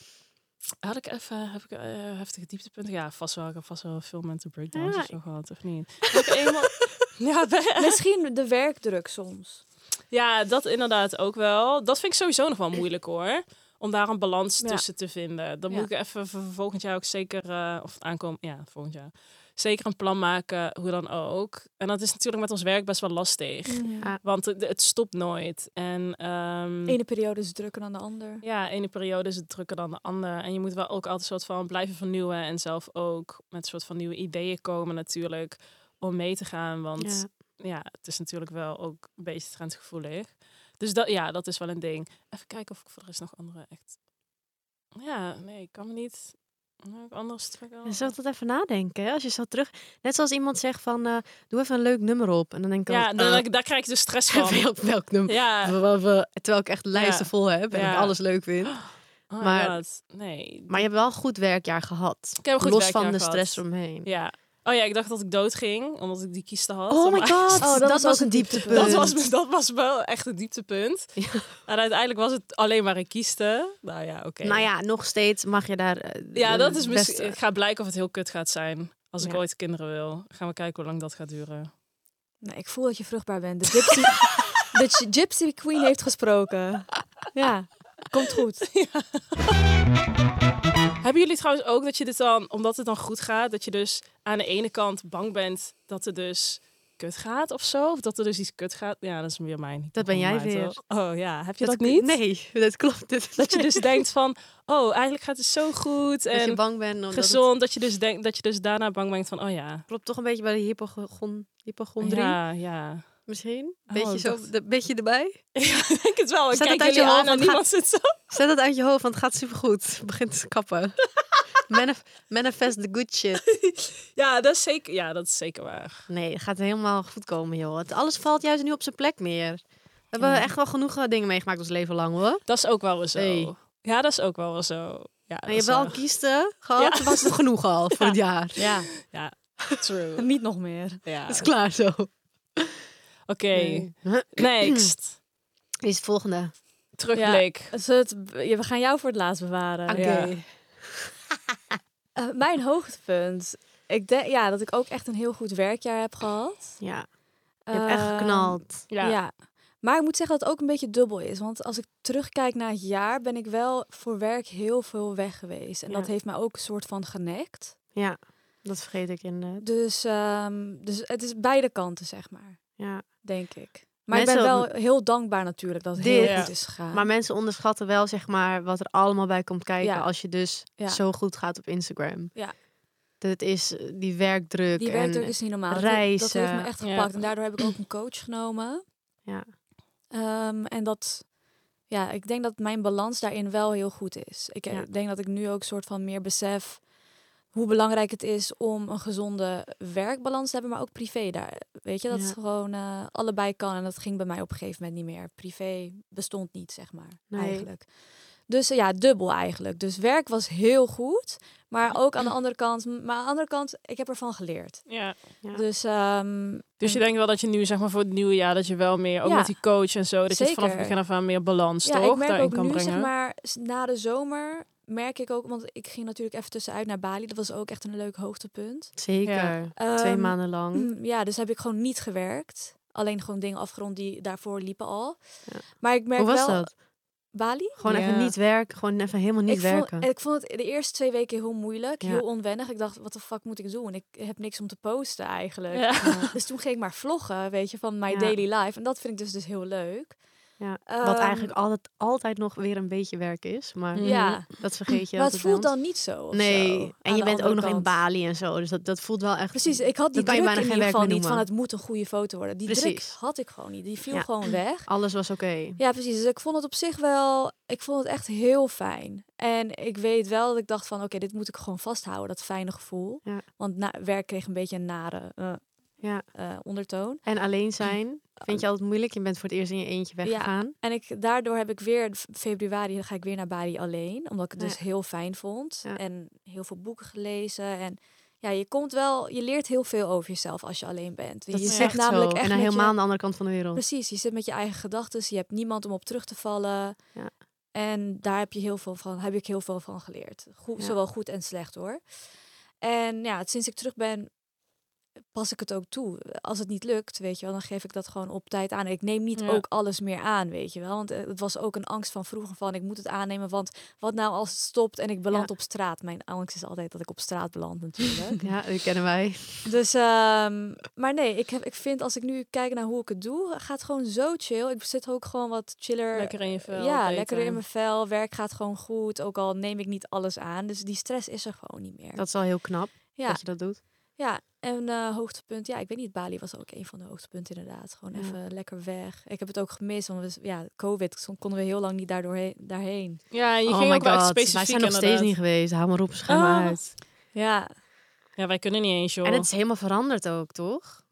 Speaker 3: Had ik even heb ik, eh, heftige dieptepunten? Ja, vast wel. Ik heb vast wel veel mensen breakdowns
Speaker 4: Ja.
Speaker 3: of zo gehad, of niet? Heb ik emo... ja, ben-
Speaker 1: Dus Misschien de werkdruk soms.
Speaker 3: ja, dat inderdaad ook wel. Dat vind ik sowieso nog wel moeilijk hoor. Om daar een balans
Speaker 1: Ja.
Speaker 3: tussen te vinden. Dan
Speaker 1: Ja.
Speaker 3: moet ik even voor volgend jaar ook zeker, eh, of aankomen, ja, volgend jaar. Zeker een plan maken, hoe dan ook. En dat is natuurlijk met ons werk best wel lastig.
Speaker 4: Mm.
Speaker 1: Ehm.
Speaker 3: Want het, het stopt nooit. En, ehm,
Speaker 1: Ene periode is drukker dan de ander.
Speaker 3: Ja, ene periode is het drukker dan de andere. En je moet wel ook altijd soort van blijven vernieuwen. En zelf ook met soort van nieuwe ideeën komen natuurlijk. Om mee te gaan. Want
Speaker 4: Ja.
Speaker 3: ja, het is natuurlijk wel ook een beetje trendgevoelig. Dus dat, ja, dat is wel een ding. Even kijken of ik voor de rest nog andere echt... Ja, nee, ik kan me niet... Heb ik Anders
Speaker 4: En zo tot even nadenken. hè. Als je zo terug... Net zoals iemand zegt van, eh, doe even een leuk nummer op. En dan denk ik
Speaker 3: Ja,
Speaker 4: altijd,
Speaker 3: dan,
Speaker 4: eh,
Speaker 3: daar krijg je de stress van.
Speaker 4: welk, welk nummer?
Speaker 3: Ja,
Speaker 4: Wel, wel, Terwijl ik echt lijsten vol heb en
Speaker 3: Ja.
Speaker 4: ik alles leuk vind.
Speaker 3: Oh,
Speaker 4: maar-
Speaker 3: inderdaad. nee.
Speaker 4: Maar je hebt wel een goed werkjaar gehad.
Speaker 3: Ik heb een goed
Speaker 4: Los
Speaker 3: werkjaar
Speaker 4: van de
Speaker 3: gehad.
Speaker 4: stress omheen.
Speaker 3: Ja. Oh ja, ik dacht dat ik dood ging, omdat ik die kisten had.
Speaker 4: Oh my
Speaker 3: Maar-
Speaker 4: god,
Speaker 1: Oh,
Speaker 4: dat,
Speaker 1: dat was ook
Speaker 4: was
Speaker 1: een
Speaker 4: een dieptepunt.
Speaker 3: Dat was, dat was wel echt het dieptepunt.
Speaker 4: Ja.
Speaker 3: En uiteindelijk was het alleen maar een kieste. Nou ja, oké.
Speaker 4: Nou ja, nog steeds mag je daar... eh,
Speaker 3: Ja,
Speaker 4: de-
Speaker 3: dat is
Speaker 4: best-
Speaker 3: misschien. Ik ga blijken of het heel kut gaat zijn. Als ik
Speaker 4: Ja.
Speaker 3: ooit kinderen wil, gaan we kijken hoe lang dat gaat duren.
Speaker 1: Nee, Nou, ik voel dat je vruchtbaar bent. De gypsy, de gy- gypsy queen heeft gesproken. Ja, komt goed.
Speaker 3: Hebben jullie trouwens ook dat je dit dan, omdat het dan goed gaat, dat je dus aan de ene kant bang bent dat het dus kut gaat of zo? Of dat er dus iets kut gaat? Ja, dat is weer mijn.
Speaker 4: Dat ben jij
Speaker 3: compromise,
Speaker 4: weer.
Speaker 3: hoor. Oh ja, heb je dat, niet?
Speaker 4: Nee, dat klopt. Dit-
Speaker 3: Dat je dus denkt van, oh, eigenlijk gaat het zo goed
Speaker 4: dat je
Speaker 3: en
Speaker 4: bang bent. Omdat het
Speaker 3: gezond. Dat je dus denkt dat je dus daarna bang bent van, oh ja,
Speaker 4: klopt toch een beetje bij de hypochon- hypochondrie
Speaker 3: Ja, ja.
Speaker 4: misschien.
Speaker 3: Oh,
Speaker 4: Beetje,
Speaker 3: ik
Speaker 4: zo,
Speaker 3: dacht-
Speaker 4: de- beetje erbij.
Speaker 3: Ik denk het wel. Ik
Speaker 4: Staat
Speaker 3: kijk
Speaker 4: het uit je
Speaker 3: jullie aan
Speaker 4: hoofd,
Speaker 3: en
Speaker 4: want
Speaker 3: niemand zit zo.
Speaker 4: Zet dat uit je hoofd, want het gaat supergoed. Het begint te kappen. Manif- manifest the good shit.
Speaker 3: Ja, dat is zeker, ja, dat is zeker waar.
Speaker 4: Nee, het gaat helemaal goed komen, joh. Het, alles valt juist nu op zijn plek meer. We hebben echt wel genoeg eh, dingen meegemaakt ons leven lang, hoor.
Speaker 3: Dat is ook wel weer zo.
Speaker 4: Nee.
Speaker 3: Ja, dat is ook wel weer zo. Ja,
Speaker 4: Maar je hebt wel kiesten gehad,
Speaker 3: Ja.
Speaker 4: dat was nog genoeg al voor het jaar.
Speaker 1: Ja,
Speaker 3: True.
Speaker 1: niet nog meer.
Speaker 3: Ja.
Speaker 4: Het is
Speaker 3: Oké,
Speaker 4: klaar zo.
Speaker 3: next.
Speaker 4: Wie is het volgende?
Speaker 3: Terugblik.
Speaker 1: Dus het, ja, we gaan jou voor het laatst bewaren.
Speaker 4: Oké.
Speaker 3: ja.
Speaker 1: Ah, Eh, mijn hoogtepunt. Ik denk ja, dat ik ook echt een heel goed werkjaar heb gehad.
Speaker 4: Ja, je hebt echt
Speaker 1: Ehm,
Speaker 4: geknald.
Speaker 3: Ja.
Speaker 1: Ja. Maar ik moet zeggen dat het ook een beetje dubbel is. Want als ik terugkijk naar het jaar, ben ik wel voor werk heel veel weg geweest. En
Speaker 4: Ja.
Speaker 1: dat heeft mij ook een soort van genekt.
Speaker 4: Ja, dat vergeet ik inderdaad.
Speaker 1: Dus, ehm, dus het is beide kanten, zeg maar,
Speaker 4: Ja.
Speaker 1: denk ik. Maar ik ben
Speaker 4: Mensen-
Speaker 1: wel heel dankbaar natuurlijk dat het
Speaker 4: Dit-
Speaker 1: heel goed is gegaan.
Speaker 4: Maar mensen onderschatten wel, zeg maar, wat er allemaal bij komt kijken
Speaker 1: Ja.
Speaker 4: als je dus
Speaker 1: Ja.
Speaker 4: zo goed gaat op Instagram.
Speaker 1: Ja.
Speaker 4: Dat is eh, die werkdruk.
Speaker 1: die
Speaker 4: en-
Speaker 1: werkdruk is niet normaal. Dat- Dat,
Speaker 4: reizen.
Speaker 1: heeft me echt
Speaker 3: Ja.
Speaker 1: gepakt. En daardoor heb ik ook een coach genomen.
Speaker 4: Ja.
Speaker 1: Ehm, en dat, ja, ik denk dat mijn balans daarin wel heel goed is. Ik eh,
Speaker 4: Ja.
Speaker 1: denk dat ik nu ook soort van meer besef hoe belangrijk het is om een gezonde werkbalans te hebben, maar ook privé daar. Weet je, dat
Speaker 4: Ja.
Speaker 1: het gewoon eh, allebei kan. En dat ging bij mij op een gegeven moment niet meer. Privé bestond niet, zeg maar,
Speaker 4: Nee.
Speaker 1: eigenlijk. Dus eh, ja, dubbel eigenlijk. Dus werk was heel goed, maar ook aan de andere kant, maar aan de andere kant, ik heb ervan geleerd.
Speaker 3: Ja.
Speaker 4: Ja.
Speaker 1: Dus, ehm,
Speaker 3: Dus je denkt wel dat je nu, zeg maar, voor het nieuwe jaar, dat je wel meer, ook
Speaker 1: Ja.
Speaker 3: met die coach en zo, dat je het vanaf het
Speaker 1: Zeker.
Speaker 3: begin af aan meer balans
Speaker 1: ja,
Speaker 3: toch
Speaker 1: ik merk
Speaker 3: daarin
Speaker 1: ook
Speaker 3: kan
Speaker 1: nu,
Speaker 3: brengen.
Speaker 1: zeg maar, s- na de zomer merk ik ook, want ik ging natuurlijk even tussenuit naar Bali. Dat was ook echt een leuk hoogtepunt.
Speaker 4: Zeker. Twee
Speaker 1: Ehm,
Speaker 4: maanden lang.
Speaker 1: Mm, Ja, dus heb ik gewoon niet gewerkt. Alleen gewoon dingen afgerond die daarvoor liepen al.
Speaker 4: Ja.
Speaker 1: Maar ik merk
Speaker 4: Hoe was
Speaker 1: wel...
Speaker 4: dat?
Speaker 1: Bali?
Speaker 4: Gewoon even
Speaker 3: Ja.
Speaker 4: niet werken. Gewoon even helemaal niet
Speaker 1: ik, eh,
Speaker 4: werken.
Speaker 1: Vond, ik vond het de eerste twee weken heel moeilijk,
Speaker 4: Ja.
Speaker 1: heel onwennig. Ik dacht, wat de fuck moet ik doen? Ik heb niks om te posten eigenlijk.
Speaker 3: Ja.
Speaker 1: Dus toen ging ik maar vloggen, weet je, van my
Speaker 4: Ja.
Speaker 1: daily life. En dat vind ik dus, dus heel leuk.
Speaker 4: Ja,
Speaker 1: Ehm,
Speaker 4: Wat eigenlijk altijd, altijd nog weer een beetje werk is. Maar
Speaker 1: Ja,
Speaker 4: dat vergeet je.
Speaker 1: maar het
Speaker 4: altijd bij
Speaker 1: voelt
Speaker 4: ons.
Speaker 1: dan niet zo. of zo,
Speaker 4: Nee,
Speaker 1: aan
Speaker 4: en je
Speaker 1: de
Speaker 4: bent ook
Speaker 1: andere
Speaker 4: nog in
Speaker 1: kant.
Speaker 4: Bali en zo. Dus dat, dat voelt wel echt...
Speaker 1: Precies, ik had die
Speaker 4: Dat kan je
Speaker 1: druk
Speaker 4: bijna
Speaker 1: in
Speaker 4: geen
Speaker 1: ieder
Speaker 4: werk
Speaker 1: geval
Speaker 4: meer
Speaker 1: niet van
Speaker 4: noemen.
Speaker 1: het moet een goede foto worden. Die druk
Speaker 4: Precies.
Speaker 1: had ik gewoon niet. Die viel
Speaker 4: Ja.
Speaker 1: gewoon weg.
Speaker 4: Alles was oké.
Speaker 1: Ja, precies. Dus ik vond het op zich wel, ik vond het echt heel fijn. En ik weet wel dat ik dacht van, oké, dit moet ik gewoon vasthouden, dat fijne gevoel.
Speaker 4: Ja.
Speaker 1: Want na, werk kreeg een beetje een nare eh,
Speaker 4: Ja.
Speaker 1: eh, ondertoon.
Speaker 4: En alleen zijn. Vind je altijd moeilijk? Je bent voor het eerst in je eentje weggegaan.
Speaker 1: En ik, daardoor heb ik weer v- februari dan ga ik weer naar Bali alleen. Omdat ik het
Speaker 4: Ja.
Speaker 1: dus heel fijn vond.
Speaker 4: Ja.
Speaker 1: En heel veel boeken gelezen. En ja, je komt wel, je leert heel veel over jezelf als je alleen bent.
Speaker 4: Dat
Speaker 1: je
Speaker 4: is
Speaker 1: zit
Speaker 4: echt zo. En dan
Speaker 1: met je-
Speaker 4: helemaal aan de andere kant van de wereld.
Speaker 1: Precies, je zit met je eigen gedachten. Je hebt niemand om op terug te vallen.
Speaker 4: Ja.
Speaker 1: En daar heb, je heel veel van, heb ik heel veel van geleerd. Goed,
Speaker 4: Ja.
Speaker 1: Zowel goed en slecht hoor. En ja, sinds ik terug ben, pas ik het ook toe. Als het niet lukt, weet je wel, dan geef ik dat gewoon op tijd aan. Ik neem niet
Speaker 3: Ja.
Speaker 1: ook alles meer aan, weet je wel. Want eh, het was ook een angst van vroeger van ik moet het aannemen. Want wat nou als het stopt en ik beland op straat? Mijn angst is altijd dat ik op straat beland natuurlijk.
Speaker 4: Ja, die kennen wij.
Speaker 1: Dus, ehm, maar nee, ik, heb, ik vind als ik nu kijk naar hoe ik het doe, gaat het gewoon zo chill. Ik zit ook gewoon wat chiller.
Speaker 3: Lekker in je vel.
Speaker 1: ja,
Speaker 3: beter.
Speaker 1: lekker in mijn vel. Werk gaat gewoon goed. Ook al neem ik niet alles aan. Dus die stress is er gewoon niet meer.
Speaker 4: Dat is al heel knap
Speaker 1: ja,
Speaker 4: dat je dat doet.
Speaker 1: ja, en eh, hoogtepunt. Ja, ik weet niet. Bali was ook een van de hoogtepunten inderdaad. Gewoon
Speaker 4: Ja.
Speaker 1: even lekker weg. Ik heb het ook gemist. Want we, ja, COVID, zo konden we heel lang niet daardoorheen, daarheen.
Speaker 3: Ja, en je
Speaker 4: oh
Speaker 3: ging
Speaker 4: my
Speaker 3: ook wel echt
Speaker 4: god,
Speaker 3: specifiek
Speaker 4: wij zijn nog steeds
Speaker 3: inderdaad.
Speaker 4: niet geweest. Haal maar op, schuim maar
Speaker 3: Oh.
Speaker 4: uit.
Speaker 1: Ja,
Speaker 3: Ja, wij kunnen niet eens, joh.
Speaker 4: En het is helemaal veranderd ook, toch?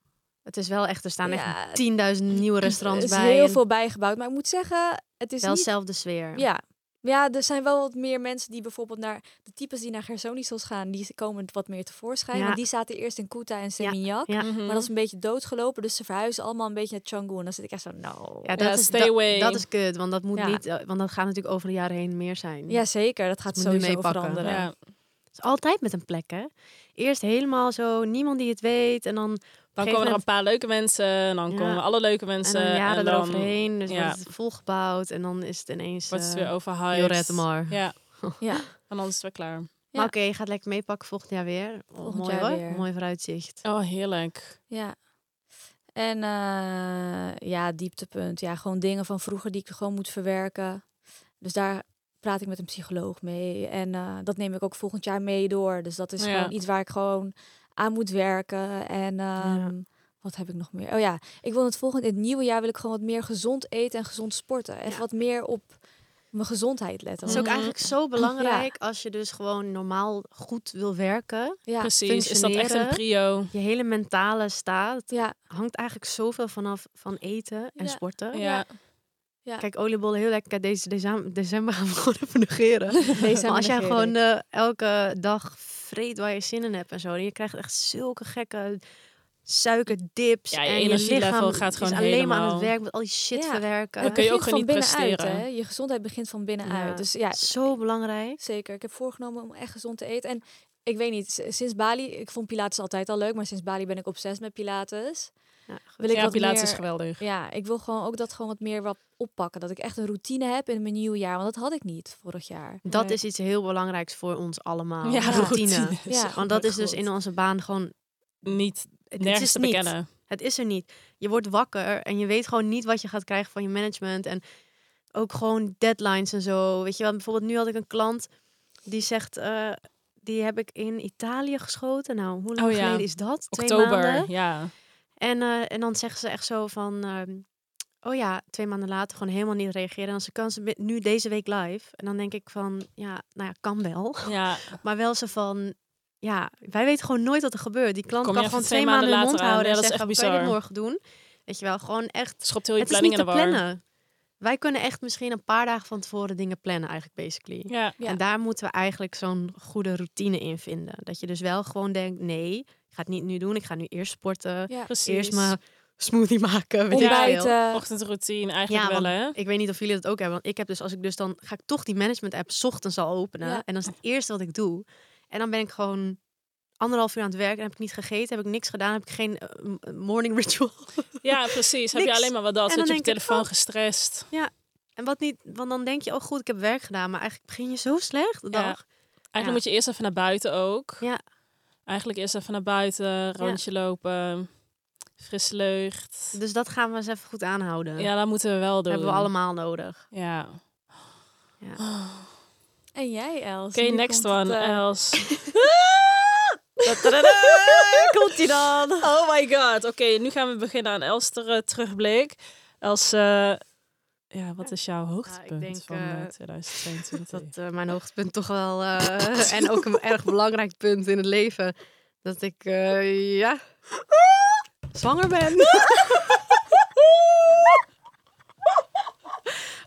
Speaker 4: Het is wel echt, er staan
Speaker 1: Ja,
Speaker 4: echt 10.000 nieuwe
Speaker 1: er
Speaker 4: restaurants
Speaker 1: is
Speaker 4: bij.
Speaker 1: heel
Speaker 4: en
Speaker 1: veel bijgebouwd. Maar ik moet zeggen, het is
Speaker 4: wel
Speaker 1: niet
Speaker 4: dezelfde sfeer.
Speaker 1: Ja. Ja, er zijn wel wat meer mensen die bijvoorbeeld naar de types die naar Gersonisos gaan, die komen wat meer tevoorschijn.
Speaker 4: Ja.
Speaker 1: Want die zaten eerst in Kuta en Seminyak.
Speaker 4: Ja.
Speaker 3: Mhm.
Speaker 1: Maar dat is een beetje doodgelopen, dus ze verhuizen allemaal een beetje naar Canggu. En dan zit ik echt zo, nou.
Speaker 4: Ja,
Speaker 1: Ja,
Speaker 4: dat,
Speaker 3: Ja,
Speaker 4: is,
Speaker 3: stay
Speaker 4: dat,
Speaker 3: away.
Speaker 4: dat is kut, want dat moet
Speaker 1: Ja.
Speaker 4: niet, eh, want dat gaat natuurlijk over de jaren heen meer zijn.
Speaker 1: zeker. Dat gaat
Speaker 4: Dat moet je
Speaker 1: sowieso
Speaker 4: meepakken.
Speaker 1: veranderen.
Speaker 3: ja.
Speaker 4: Het is altijd met een plek, hè? Eerst helemaal zo, niemand die het weet, en dan,
Speaker 3: Dan
Speaker 4: gegeven
Speaker 3: komen er
Speaker 4: moment-
Speaker 3: een paar leuke mensen. En dan
Speaker 4: Ja.
Speaker 3: komen alle leuke
Speaker 4: en
Speaker 3: mensen.
Speaker 4: dan jaren
Speaker 3: Dus, eh, en dan
Speaker 4: eroverheen, dus
Speaker 3: ja.
Speaker 4: wordt het volgebouwd, en dan is het ineens
Speaker 3: wordt het
Speaker 4: eh,
Speaker 3: weer overhyped.
Speaker 4: Jorette maar.
Speaker 3: Ja,
Speaker 1: Ja.
Speaker 3: en dan is het weer klaar.
Speaker 4: Maar oké, je gaat lekker meepakken volgend jaar weer. Oh,
Speaker 1: Volgend
Speaker 4: mooi
Speaker 1: jaar
Speaker 4: hoor,
Speaker 1: weer.
Speaker 4: mooi vooruitzicht.
Speaker 3: Oh, heerlijk.
Speaker 1: Ja. En eh, ja, dieptepunt. Ja, gewoon dingen van vroeger die ik gewoon moet verwerken. Dus daar praat ik met een psycholoog mee. En eh, dat neem ik ook volgend jaar mee door. Dus dat is
Speaker 3: Oh Ja.
Speaker 1: gewoon iets waar ik gewoon aan moet werken. En ehm, wat heb ik nog meer? Oh ja, ik wil het volgende, in het nieuwe jaar wil ik gewoon wat meer gezond eten en gezond sporten. Even
Speaker 4: Ja.
Speaker 1: wat meer op mijn gezondheid letten.
Speaker 4: Dat is ook
Speaker 3: Mhm.
Speaker 4: eigenlijk zo belangrijk als je dus gewoon normaal goed wil werken.
Speaker 1: Ja,
Speaker 3: Precies. Is dat echt een
Speaker 4: functioneren.
Speaker 3: prio?
Speaker 4: Je hele mentale staat
Speaker 1: ja,
Speaker 4: hangt eigenlijk zoveel vanaf van eten en
Speaker 1: Ja.
Speaker 4: sporten.
Speaker 3: Ja.
Speaker 4: Kijk, oliebollen heel lekker. Deze december, december gaan we gewoon even negeren.
Speaker 1: deze
Speaker 4: maar als jij
Speaker 1: negeer
Speaker 4: gewoon
Speaker 1: ik.
Speaker 4: eh, elke dag vreet waar je zin in hebt en zo. En je krijgt echt zulke gekke suikerdips.
Speaker 3: Ja, je
Speaker 4: en je
Speaker 3: energielevel
Speaker 4: lichaam
Speaker 3: gaat gewoon
Speaker 4: is alleen maar aan
Speaker 3: helemaal-
Speaker 4: het werk met al die shit
Speaker 1: Ja.
Speaker 4: verwerken.
Speaker 3: Dan eh, kun je ook
Speaker 1: Begint
Speaker 3: gewoon
Speaker 1: van
Speaker 3: niet
Speaker 1: binnenuit,
Speaker 3: presteren.
Speaker 1: hè. Je gezondheid begint van binnenuit.
Speaker 4: Ja.
Speaker 1: Dus ja,
Speaker 4: Zo belangrijk.
Speaker 1: Zeker. Ik heb voorgenomen om echt gezond te eten. En ik weet niet, s- sinds Bali, ik vond Pilates altijd al leuk, maar sinds Bali ben ik obsessief met Pilates.
Speaker 4: Ja, goed.
Speaker 1: Wil ik
Speaker 3: ja,
Speaker 1: wat
Speaker 3: Pilates
Speaker 1: meer-
Speaker 3: is geweldig.
Speaker 1: Ja, ik wil gewoon ook dat gewoon wat meer wat oppakken. Dat ik echt een routine heb in mijn nieuwe jaar, want dat had ik niet vorig jaar.
Speaker 4: Dat
Speaker 3: Nee.
Speaker 4: is iets heel belangrijks voor ons allemaal.
Speaker 3: Ja,
Speaker 4: routine.
Speaker 3: routine is
Speaker 1: Ja.
Speaker 4: Want dat is dus
Speaker 3: goed.
Speaker 4: in onze baan gewoon...
Speaker 3: Niet
Speaker 4: Het, het
Speaker 3: nergens
Speaker 4: is
Speaker 3: te
Speaker 4: niet.
Speaker 3: bekennen.
Speaker 4: Het is er niet. Je wordt wakker en je weet gewoon niet wat je gaat krijgen van je management. En ook gewoon deadlines en zo. Weet je wel, bijvoorbeeld nu had ik een klant die zegt... eh, die heb ik in Italië geschoten. Nou, hoe lang
Speaker 3: Oh ja.
Speaker 4: geleden is dat? Twee maanden.
Speaker 3: Oktober, ja.
Speaker 4: En, eh, en dan zeggen ze echt zo van... ehm, oh ja, twee maanden later gewoon helemaal niet reageren. En dan ze kan ze bi- nu deze week live. En dan denk ik van, ja, nou ja, kan wel.
Speaker 3: Ja,
Speaker 4: Maar wel ze van, ja, wij weten gewoon nooit wat er gebeurt. Die klant
Speaker 3: Kom je
Speaker 4: kan
Speaker 3: even
Speaker 4: gewoon
Speaker 3: twee
Speaker 4: twee maanden
Speaker 3: maanden
Speaker 4: hun mond
Speaker 3: later aan.
Speaker 4: houden
Speaker 3: Ja,
Speaker 4: en
Speaker 3: dat is
Speaker 4: zeggen,
Speaker 3: echt
Speaker 4: kan je dit
Speaker 3: bizar.
Speaker 4: morgen doen? Weet je wel, gewoon echt,
Speaker 3: schopt heel je
Speaker 4: het is niet
Speaker 3: planning
Speaker 4: te
Speaker 3: in de war.
Speaker 4: plannen. Wij kunnen echt misschien een paar dagen van tevoren dingen plannen eigenlijk, basically.
Speaker 3: Ja,
Speaker 1: Ja.
Speaker 4: En daar moeten we eigenlijk zo'n goede routine in vinden. Dat je dus wel gewoon denkt, nee, ik ga het niet nu doen. Ik ga nu eerst sporten.
Speaker 1: Ja.
Speaker 3: precies.
Speaker 4: Eerst mijn smoothie maken, weet ik
Speaker 1: Ontbijten.
Speaker 4: veel.
Speaker 3: Ochtendroutine eigenlijk
Speaker 4: Ja,
Speaker 3: wel, hè?
Speaker 4: want ik weet niet of jullie dat ook hebben. Want ik heb dus, als ik dus dan ga ik toch die management app 's ochtends al openen.
Speaker 1: Ja.
Speaker 4: En dat is het eerste wat ik doe. En dan ben ik gewoon anderhalf uur aan het werk en heb ik niet gegeten, heb ik niks gedaan, heb ik geen eh, m- morning ritual.
Speaker 3: Ja, precies. Heb je
Speaker 4: Niks.
Speaker 3: alleen maar wat
Speaker 4: En
Speaker 3: dat.
Speaker 4: dan
Speaker 3: Zit je op je
Speaker 4: denk ik,
Speaker 3: telefoon
Speaker 4: oh.
Speaker 3: gestrest.
Speaker 4: En wat niet, want dan denk je, oh goed, ik heb werk gedaan, maar eigenlijk begin je zo slecht de
Speaker 3: Ja.
Speaker 4: dag.
Speaker 3: Eigenlijk
Speaker 4: Ja.
Speaker 3: moet je eerst even naar buiten ook.
Speaker 4: Ja.
Speaker 3: Eigenlijk eerst even naar buiten, rondje lopen, frisse lucht.
Speaker 4: Dus dat gaan we eens even goed aanhouden.
Speaker 3: Ja, dat moeten we wel doen.
Speaker 4: hebben we allemaal nodig.
Speaker 3: Ja. Oh,
Speaker 4: Ja.
Speaker 1: En jij, Els?
Speaker 3: Oké,
Speaker 1: nu
Speaker 3: next
Speaker 1: komt het,
Speaker 3: one,
Speaker 1: eh,
Speaker 3: Els.
Speaker 1: Komt ie dan?
Speaker 3: Oh my god. Oké, nu gaan we beginnen aan Els ter, eh, terugblik. Els, eh, ja, wat is jouw hoogtepunt
Speaker 4: denk,
Speaker 3: van
Speaker 4: eh,
Speaker 3: eh, 2022?
Speaker 4: Dat eh, mijn hoogtepunt toch wel, eh, en ook een erg belangrijk punt in het leven, dat ik, eh, ja, zwanger ben.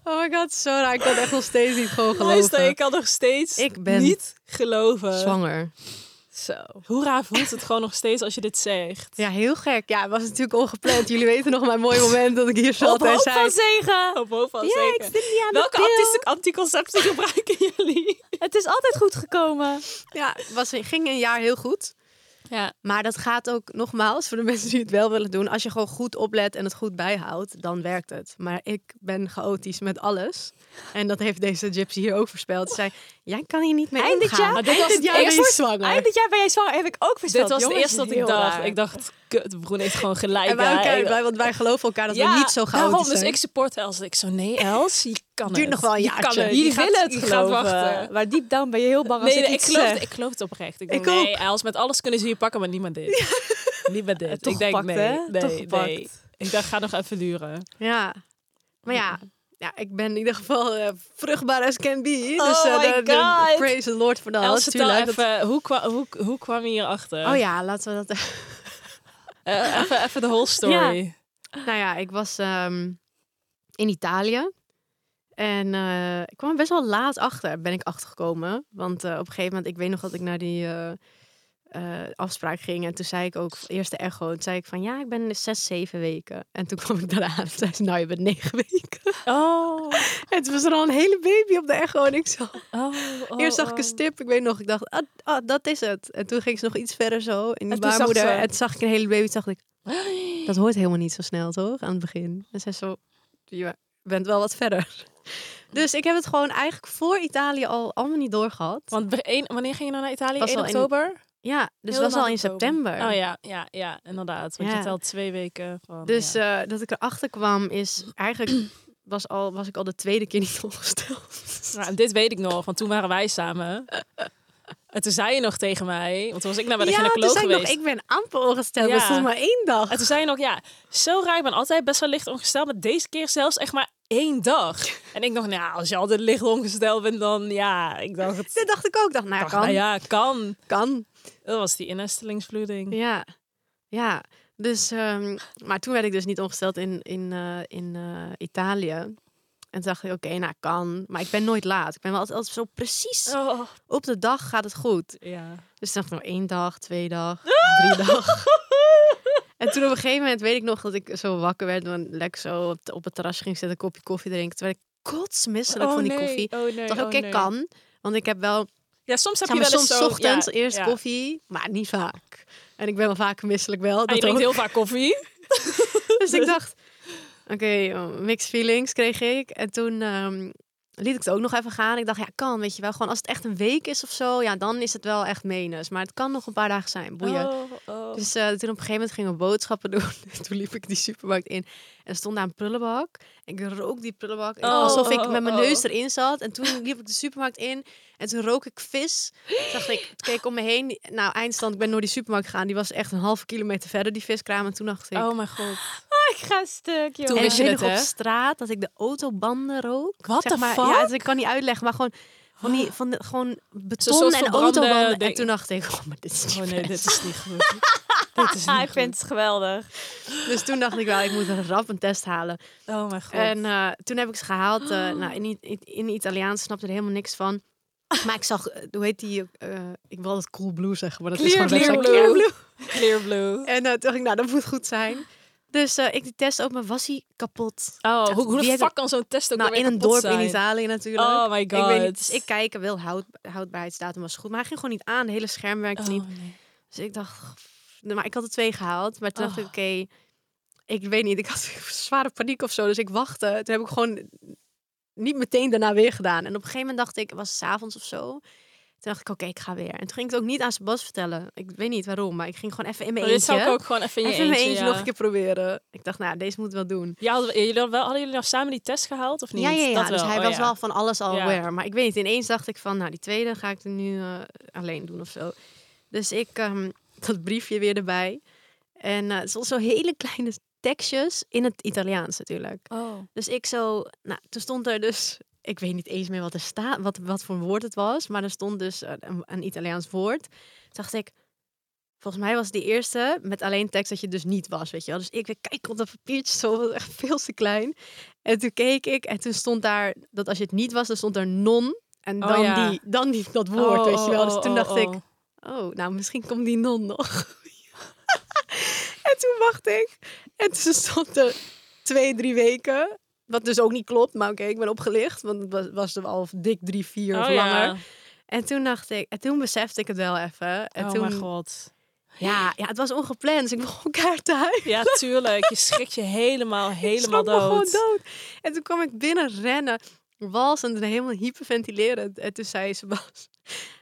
Speaker 4: Oh my god, zo raar. Ik kan het echt nog steeds niet gewoon
Speaker 3: Luister,
Speaker 4: geloven.
Speaker 3: ik kan nog steeds
Speaker 4: Ik ben
Speaker 3: niet
Speaker 4: eh,
Speaker 3: geloven.
Speaker 4: Zwanger.
Speaker 1: Zo.
Speaker 3: Hoe raar voelt het gewoon nog steeds als je dit zegt?
Speaker 4: Ja, heel gek. Ja, het was natuurlijk ongepland. Jullie weten nog mijn mooie moment dat ik hier zat
Speaker 1: Op
Speaker 4: en
Speaker 1: hoop
Speaker 4: zei...
Speaker 1: van zegen.
Speaker 3: Op hoofd van
Speaker 4: Ja, ik
Speaker 3: zeker.
Speaker 4: zit niet aan
Speaker 3: Welke
Speaker 4: de pil.
Speaker 3: anti- anticonceptie gebruiken jullie?
Speaker 1: Het is altijd goed gekomen.
Speaker 4: Ja, het was, ging een jaar heel goed.
Speaker 3: Ja.
Speaker 4: Maar dat gaat ook nogmaals voor de mensen die het wel willen doen. Als je gewoon goed oplet en het goed bijhoudt, dan werkt het. Maar ik ben chaotisch met alles. En dat heeft deze gypsy hier ook voorspeld. Ze zei, jij kan hier niet mee
Speaker 1: Eind dit
Speaker 4: omgaan.
Speaker 1: jaar-
Speaker 4: Eind
Speaker 3: dit was
Speaker 4: dit
Speaker 3: het
Speaker 4: jaar ben je
Speaker 3: eerste-
Speaker 4: zwanger.
Speaker 1: Eind dit jaar ben jij zwanger. Heb ik ook
Speaker 3: Dit
Speaker 1: versteld.
Speaker 3: was het
Speaker 1: Jongens,
Speaker 3: eerste dat ik
Speaker 1: heel
Speaker 3: dacht.
Speaker 1: raar.
Speaker 3: Ik dacht, kut, Broen heeft gewoon gelijk.
Speaker 4: en wij,
Speaker 3: hè.
Speaker 4: elkaar-
Speaker 3: Ik-
Speaker 4: wij- want wij geloven elkaar dat we niet zo chaotisch
Speaker 3: daarom,
Speaker 4: zijn.
Speaker 3: Dus ik support Els. Ik zo, nee Els, je kan het.
Speaker 4: Duurt nog wel een
Speaker 3: Je kan
Speaker 4: jaartje.
Speaker 3: het.
Speaker 4: Jullie
Speaker 3: Je gaat-
Speaker 1: willen het
Speaker 3: je gaat
Speaker 1: geloven.
Speaker 3: wachten.
Speaker 1: Maar deep down ben je heel bang als
Speaker 3: Nee,
Speaker 1: ik
Speaker 3: nee, ik
Speaker 1: iets eh?
Speaker 3: geloof,
Speaker 1: zeg.
Speaker 3: het- ik geloof het oprecht. Ik denk,
Speaker 4: Ik ook.
Speaker 3: nee, Els, met alles kunnen ze je pakken, maar niet met dit. Niet met dit.
Speaker 1: Eh, Toch
Speaker 3: ik denk,
Speaker 1: gepakt,
Speaker 3: nee,
Speaker 1: hè?
Speaker 3: nee,
Speaker 1: Toch
Speaker 3: nee.
Speaker 1: gepakt.
Speaker 3: Ik dacht, ga nog even duren.
Speaker 4: Ja. Maar ja, ja, ik ben in ieder geval eh, vruchtbaar as can be. Dus eh,
Speaker 3: Oh my
Speaker 4: de- de-
Speaker 3: God.
Speaker 4: praise the Lord voor dat.
Speaker 3: Els, vertel
Speaker 4: Oh, tuurlijk.
Speaker 3: even, hoe, kwa- hoe, hoe kwam je hierachter?
Speaker 4: Oh ja, laten we dat
Speaker 3: Eh, even, even de whole story.
Speaker 4: Nou ja, ik was ehm, in Italië. En eh, ik kwam er best wel laat achter, ben ik achtergekomen. Want eh, op een gegeven moment, ik weet nog dat ik naar die eh, eh, afspraak ging. En toen zei ik ook, eerste echo, toen zei ik van ja, ik ben zes, zeven weken. En toen kwam ik daaraan en zei ze, nou je bent negen weken.
Speaker 3: Oh,
Speaker 4: En toen was er al een hele baby op de echo. En ik zo,
Speaker 3: oh, oh,
Speaker 4: Eerst zag ik
Speaker 3: oh.
Speaker 4: een stip, ik weet nog, ik dacht, ah, ah, dat is het. En toen ging ze nog iets verder zo in die
Speaker 1: En toen zag
Speaker 4: baarmoeder.
Speaker 1: ze-
Speaker 4: En toen zag ik een hele baby, toen dacht ik, dat hoort helemaal niet zo snel, toch? Aan het begin. En zei zo, je bent wel wat verder. Dus ik heb het gewoon eigenlijk voor Italië al allemaal niet doorgehad.
Speaker 3: Want be- één- wanneer ging je nou naar Italië?
Speaker 4: Was
Speaker 3: 1
Speaker 4: al in-
Speaker 3: oktober?
Speaker 4: ja, dus
Speaker 3: Helemaal
Speaker 4: was al in
Speaker 3: oktober.
Speaker 4: september.
Speaker 3: Oh ja, ja, ja, inderdaad. Want
Speaker 4: Ja.
Speaker 3: je telt twee weken van...
Speaker 4: Dus
Speaker 3: ja.
Speaker 4: eh, dat ik erachter kwam is, eigenlijk was, al, was ik al de tweede keer niet ongesteld.
Speaker 3: Nou, en dit weet ik nog, want toen waren wij samen. En toen zei je nog tegen mij, want toen was ik naar bij de
Speaker 4: ja, toen
Speaker 3: gynaecoloog
Speaker 4: zei ik
Speaker 3: geweest.
Speaker 4: nog, ik ben amper ongesteld.
Speaker 3: Ja.
Speaker 4: Dat stond maar één dag.
Speaker 3: En toen zei je nog, ja, zo raar, ik ben altijd best wel licht ongesteld, maar deze keer zelfs echt maar één dag. En ik nog, nou, als je altijd licht ongesteld bent, dan ja, ik dacht, het
Speaker 4: Dat dacht ik ook. dacht, nou,
Speaker 3: dacht,
Speaker 4: kan,
Speaker 3: nou ja, kan.
Speaker 4: kan. Oh,
Speaker 3: Dat was die innestelingsvloeding.
Speaker 4: Ja, ja. Dus, ehm, maar toen werd ik dus niet ongesteld in, in, eh, in eh, Italië. En toen dacht ik, oké, nou kan. Maar ik ben nooit laat. Ik ben wel altijd, altijd zo precies
Speaker 3: Oh,
Speaker 4: op de dag gaat het goed.
Speaker 3: ja.
Speaker 4: Dus ik dacht nog één dag, twee dag,
Speaker 3: Ah!
Speaker 4: drie dag. En toen op een gegeven moment weet ik nog dat ik zo wakker werd. En lekker zo op, de- op het terras ging zitten, een kopje koffie drinken. Toen werd ik kotsmisselijk van die koffie.
Speaker 3: Oh nee,
Speaker 4: Toen dacht ik,
Speaker 3: oh,
Speaker 4: oké,
Speaker 3: nee.
Speaker 4: kan. Want ik heb wel
Speaker 3: Ja, soms heb
Speaker 4: Zeg
Speaker 3: je
Speaker 4: maar,
Speaker 3: wel
Speaker 4: soms
Speaker 3: eens zo,
Speaker 4: ochtends
Speaker 3: ja,
Speaker 4: eerst
Speaker 3: ja.
Speaker 4: koffie, maar niet vaak. En ik ben wel vaak misselijk wel.
Speaker 3: En Ah, Oh, je
Speaker 4: dat
Speaker 3: drinkt
Speaker 4: ook.
Speaker 3: heel vaak koffie.
Speaker 4: Dus ik dacht, oké, eh, mixed feelings kreeg ik. En toen ehm, liet ik het ook nog even gaan. Ik dacht, ja, kan, weet je wel. Gewoon als het echt een week is of zo, ja, dan is het wel echt menens. Maar het kan nog een paar dagen zijn, boeien.
Speaker 3: Oh, oh.
Speaker 4: Dus eh, toen op een gegeven moment gingen we boodschappen doen. toen liep ik die supermarkt in. En er stond daar een prullenbak. Ik rook die prullenbak. in,
Speaker 3: Oh,
Speaker 4: alsof ik
Speaker 3: oh,
Speaker 4: met mijn
Speaker 3: oh.
Speaker 4: neus erin zat. En toen liep ik de supermarkt in. En toen rook ik vis. Toen dacht ik, toen keek ik om me heen. Nou, eindstand, ik ben door die supermarkt gegaan. Die was echt een halve kilometer verder, die viskraam. En toen dacht ik...
Speaker 3: oh mijn god.
Speaker 1: Ik ga stuk, joh.
Speaker 3: Toen
Speaker 4: en
Speaker 3: wist
Speaker 4: ik
Speaker 3: je
Speaker 4: weet
Speaker 3: dit,
Speaker 4: nog op
Speaker 3: hè?
Speaker 4: straat dat ik de autobanden rook.
Speaker 3: What
Speaker 4: Zeg
Speaker 3: the
Speaker 4: maar,
Speaker 3: fuck?
Speaker 4: Ja, het- ik kan niet uitleggen, maar gewoon van die van de, gewoon beton
Speaker 3: soort
Speaker 4: en
Speaker 3: verbrande
Speaker 4: autobanden. En
Speaker 3: ding.
Speaker 4: toen dacht ik, oh, maar dit is niet
Speaker 3: Oh nee,
Speaker 4: best.
Speaker 3: dit is niet goed. dit is niet
Speaker 1: Ah, ik vind het geweldig.
Speaker 4: Dus toen dacht ik wel, ik moet een rap een test halen.
Speaker 3: goed. Oh mijn god.
Speaker 4: En eh, toen heb ik ze gehaald. eh,
Speaker 3: Oh.
Speaker 4: nou, in, I- in, in Italiaans snapte er helemaal niks van. Maar ik zag, eh, hoe heet die? eh, ik wil dat cool blue zeggen, maar dat is
Speaker 3: Clear
Speaker 4: gewoon best wel
Speaker 3: Blue.
Speaker 4: Clear blue.
Speaker 3: Clear blue.
Speaker 4: En eh, toen dacht ik, nou, dat moet goed zijn. Dus eh, ik die test ook, maar was hij kapot?
Speaker 3: Oh, hoe, hoe
Speaker 4: Wie
Speaker 3: de
Speaker 4: heeft
Speaker 3: fuck kan zo'n test ook
Speaker 4: nou,
Speaker 3: weer
Speaker 4: in een
Speaker 3: kapot
Speaker 4: dorp
Speaker 3: zijn?
Speaker 4: in Italië natuurlijk.
Speaker 3: Oh my god.
Speaker 4: Ik weet niet, dus ik kijk, wil houd, houdbaarheidsdatum was goed. Maar hij ging gewoon niet aan, het hele scherm werkte
Speaker 3: Oh,
Speaker 4: niet.
Speaker 3: nee.
Speaker 4: Dus ik dacht, nee, maar ik had er twee gehaald. Maar toen dacht ik,
Speaker 3: Oh.
Speaker 4: oké, ik weet niet. Ik had zware paniek of zo. Dus ik wachtte. Toen heb ik gewoon niet meteen daarna weer gedaan. En op een gegeven moment dacht ik, het was s'avonds of zo. Toen dacht ik, oké, ik ga weer. En toen ging ik het ook niet aan Sebas vertellen. Ik weet niet waarom, maar ik ging gewoon even in mijn
Speaker 3: Maar Oh, dit
Speaker 4: eentje.
Speaker 3: zou ik ook gewoon even in je
Speaker 4: even in mijn
Speaker 3: eentje,
Speaker 4: eentje
Speaker 3: ja.
Speaker 4: nog een keer proberen. Ik dacht, nou, deze moet wel doen.
Speaker 3: Ja, hadden, we- jullie hadden, wel, hadden jullie nou samen die test gehaald of niet?
Speaker 4: Ja, ja, ja.
Speaker 3: Dat
Speaker 4: dus
Speaker 3: wel.
Speaker 4: hij
Speaker 3: oh,
Speaker 4: was
Speaker 3: ja.
Speaker 4: wel van alles al
Speaker 3: Ja.
Speaker 4: aware. Maar ik weet niet, ineens dacht ik van, nou, die tweede ga ik er nu eh, alleen doen of zo. Dus ik, ehm, dat briefje weer erbij. En eh, het stond zo hele kleine tekstjes in het Italiaans natuurlijk.
Speaker 1: Oh.
Speaker 4: Dus ik zo, nou, toen stond er dus, ik weet niet eens meer wat er staat, wat, wat voor woord het was. Maar er stond dus eh, een, een Italiaans woord. Toen dacht ik, Volgens mij was die eerste met alleen tekst dat je dus niet was, weet je wel. Dus ik weer kijk op dat papiertje, zo was echt veel te klein. En toen keek ik en toen stond daar dat als je het niet was, dan stond er non. En
Speaker 3: Oh,
Speaker 4: dan,
Speaker 3: ja.
Speaker 4: die, dan die, dat woord,
Speaker 3: Oh,
Speaker 4: weet je wel.
Speaker 3: oh,
Speaker 4: Dus
Speaker 3: oh,
Speaker 4: toen dacht ik,
Speaker 3: oh.
Speaker 4: oh, nou misschien komt die non nog. en toen wacht ik. En toen stond er twee, drie weken. Wat dus ook niet klopt, maar oké, ik ben opgelicht. Want het was, was er al dik drie, vier of
Speaker 3: Oh,
Speaker 4: langer.
Speaker 3: ja.
Speaker 4: En toen dacht ik, en toen besefte ik het wel even. En
Speaker 3: Oh
Speaker 4: toen,
Speaker 3: mijn god.
Speaker 4: Ja, ja, het was ongepland, dus ik begon elkaar te huilen.
Speaker 3: Ja, tuurlijk. Je schrikt je helemaal, helemaal
Speaker 4: Ik schrok me
Speaker 3: dood.
Speaker 4: gewoon dood. En toen kwam ik binnen rennen, walsend en helemaal hyperventilerend. En toen zei ze, Bas,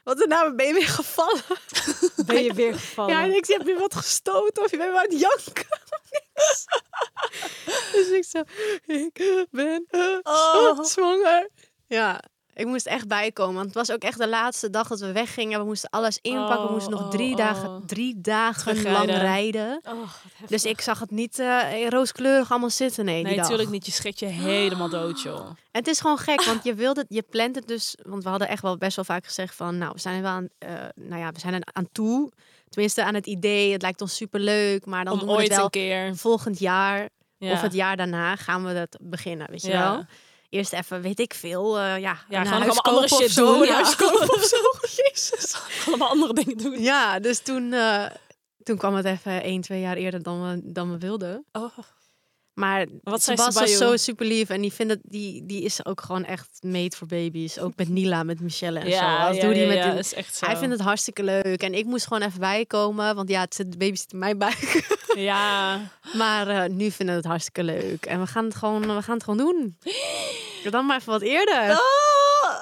Speaker 4: wat er nou, ben je weer gevallen?
Speaker 1: Ben je weer gevallen?
Speaker 4: Ja, en ik zei, heb je wat gestoten of je bent maar aan het janken? Niks. dus ik zo, ik ben eh,
Speaker 1: Oh.
Speaker 4: zwanger. Ja, ik moest echt bijkomen. Want het was ook echt de laatste dag dat we weggingen. We moesten alles inpakken. we moesten nog
Speaker 3: Oh,
Speaker 4: drie
Speaker 3: oh,
Speaker 4: dagen,
Speaker 3: oh.
Speaker 4: drie dagen
Speaker 3: Terugrijden.
Speaker 4: lang rijden.
Speaker 3: Oh, wat
Speaker 4: Dus ik zag het niet eh, rooskleurig allemaal zitten. Nee, die
Speaker 3: Nee,
Speaker 4: dag. Ah.
Speaker 3: natuurlijk niet. Je schrikt je helemaal dood, joh.
Speaker 4: En het is gewoon gek,
Speaker 3: Ah.
Speaker 4: want je wilde, je plant het dus. Want we hadden echt wel best wel vaak gezegd van, nou, we zijn er wel aan, eh, nou ja, we zijn er aan toe. Tenminste, aan het idee. Het lijkt ons superleuk, maar dan
Speaker 3: Om
Speaker 4: doen we het
Speaker 3: ooit
Speaker 4: wel
Speaker 3: een keer.
Speaker 4: volgend jaar
Speaker 3: Ja.
Speaker 4: of het jaar daarna gaan we dat beginnen, weet je
Speaker 3: Ja.
Speaker 4: wel? Eerst even, weet ik veel, eh, ja,
Speaker 3: Ja, gewoon
Speaker 4: een huis
Speaker 3: allemaal andere
Speaker 4: kopen of
Speaker 3: shit
Speaker 4: zo,
Speaker 3: doen,
Speaker 4: ja.
Speaker 3: huis kopen
Speaker 4: of zo, jezus.
Speaker 3: Allemaal andere dingen doen.
Speaker 4: Ja, dus toen, eh, toen kwam het even één, twee jaar eerder dan we, dan we wilden.
Speaker 3: Oh.
Speaker 4: Maar
Speaker 3: Wat zei
Speaker 4: Sebas was
Speaker 3: Sabayo?
Speaker 4: zo super lief en die, vindt het, die, die is ook gewoon echt made voor baby's. Ook met Nila, met Michelle en zo. Als doe die met die-
Speaker 3: is echt zo.
Speaker 4: Hij vindt het hartstikke leuk en ik moest gewoon even bijkomen, want ja, het zit, de baby zit in mijn buik.
Speaker 3: Ja.
Speaker 4: Maar eh, nu vinden we het hartstikke leuk. En we gaan het gewoon, we gaan het gewoon doen. Dan maar even wat eerder. Oh,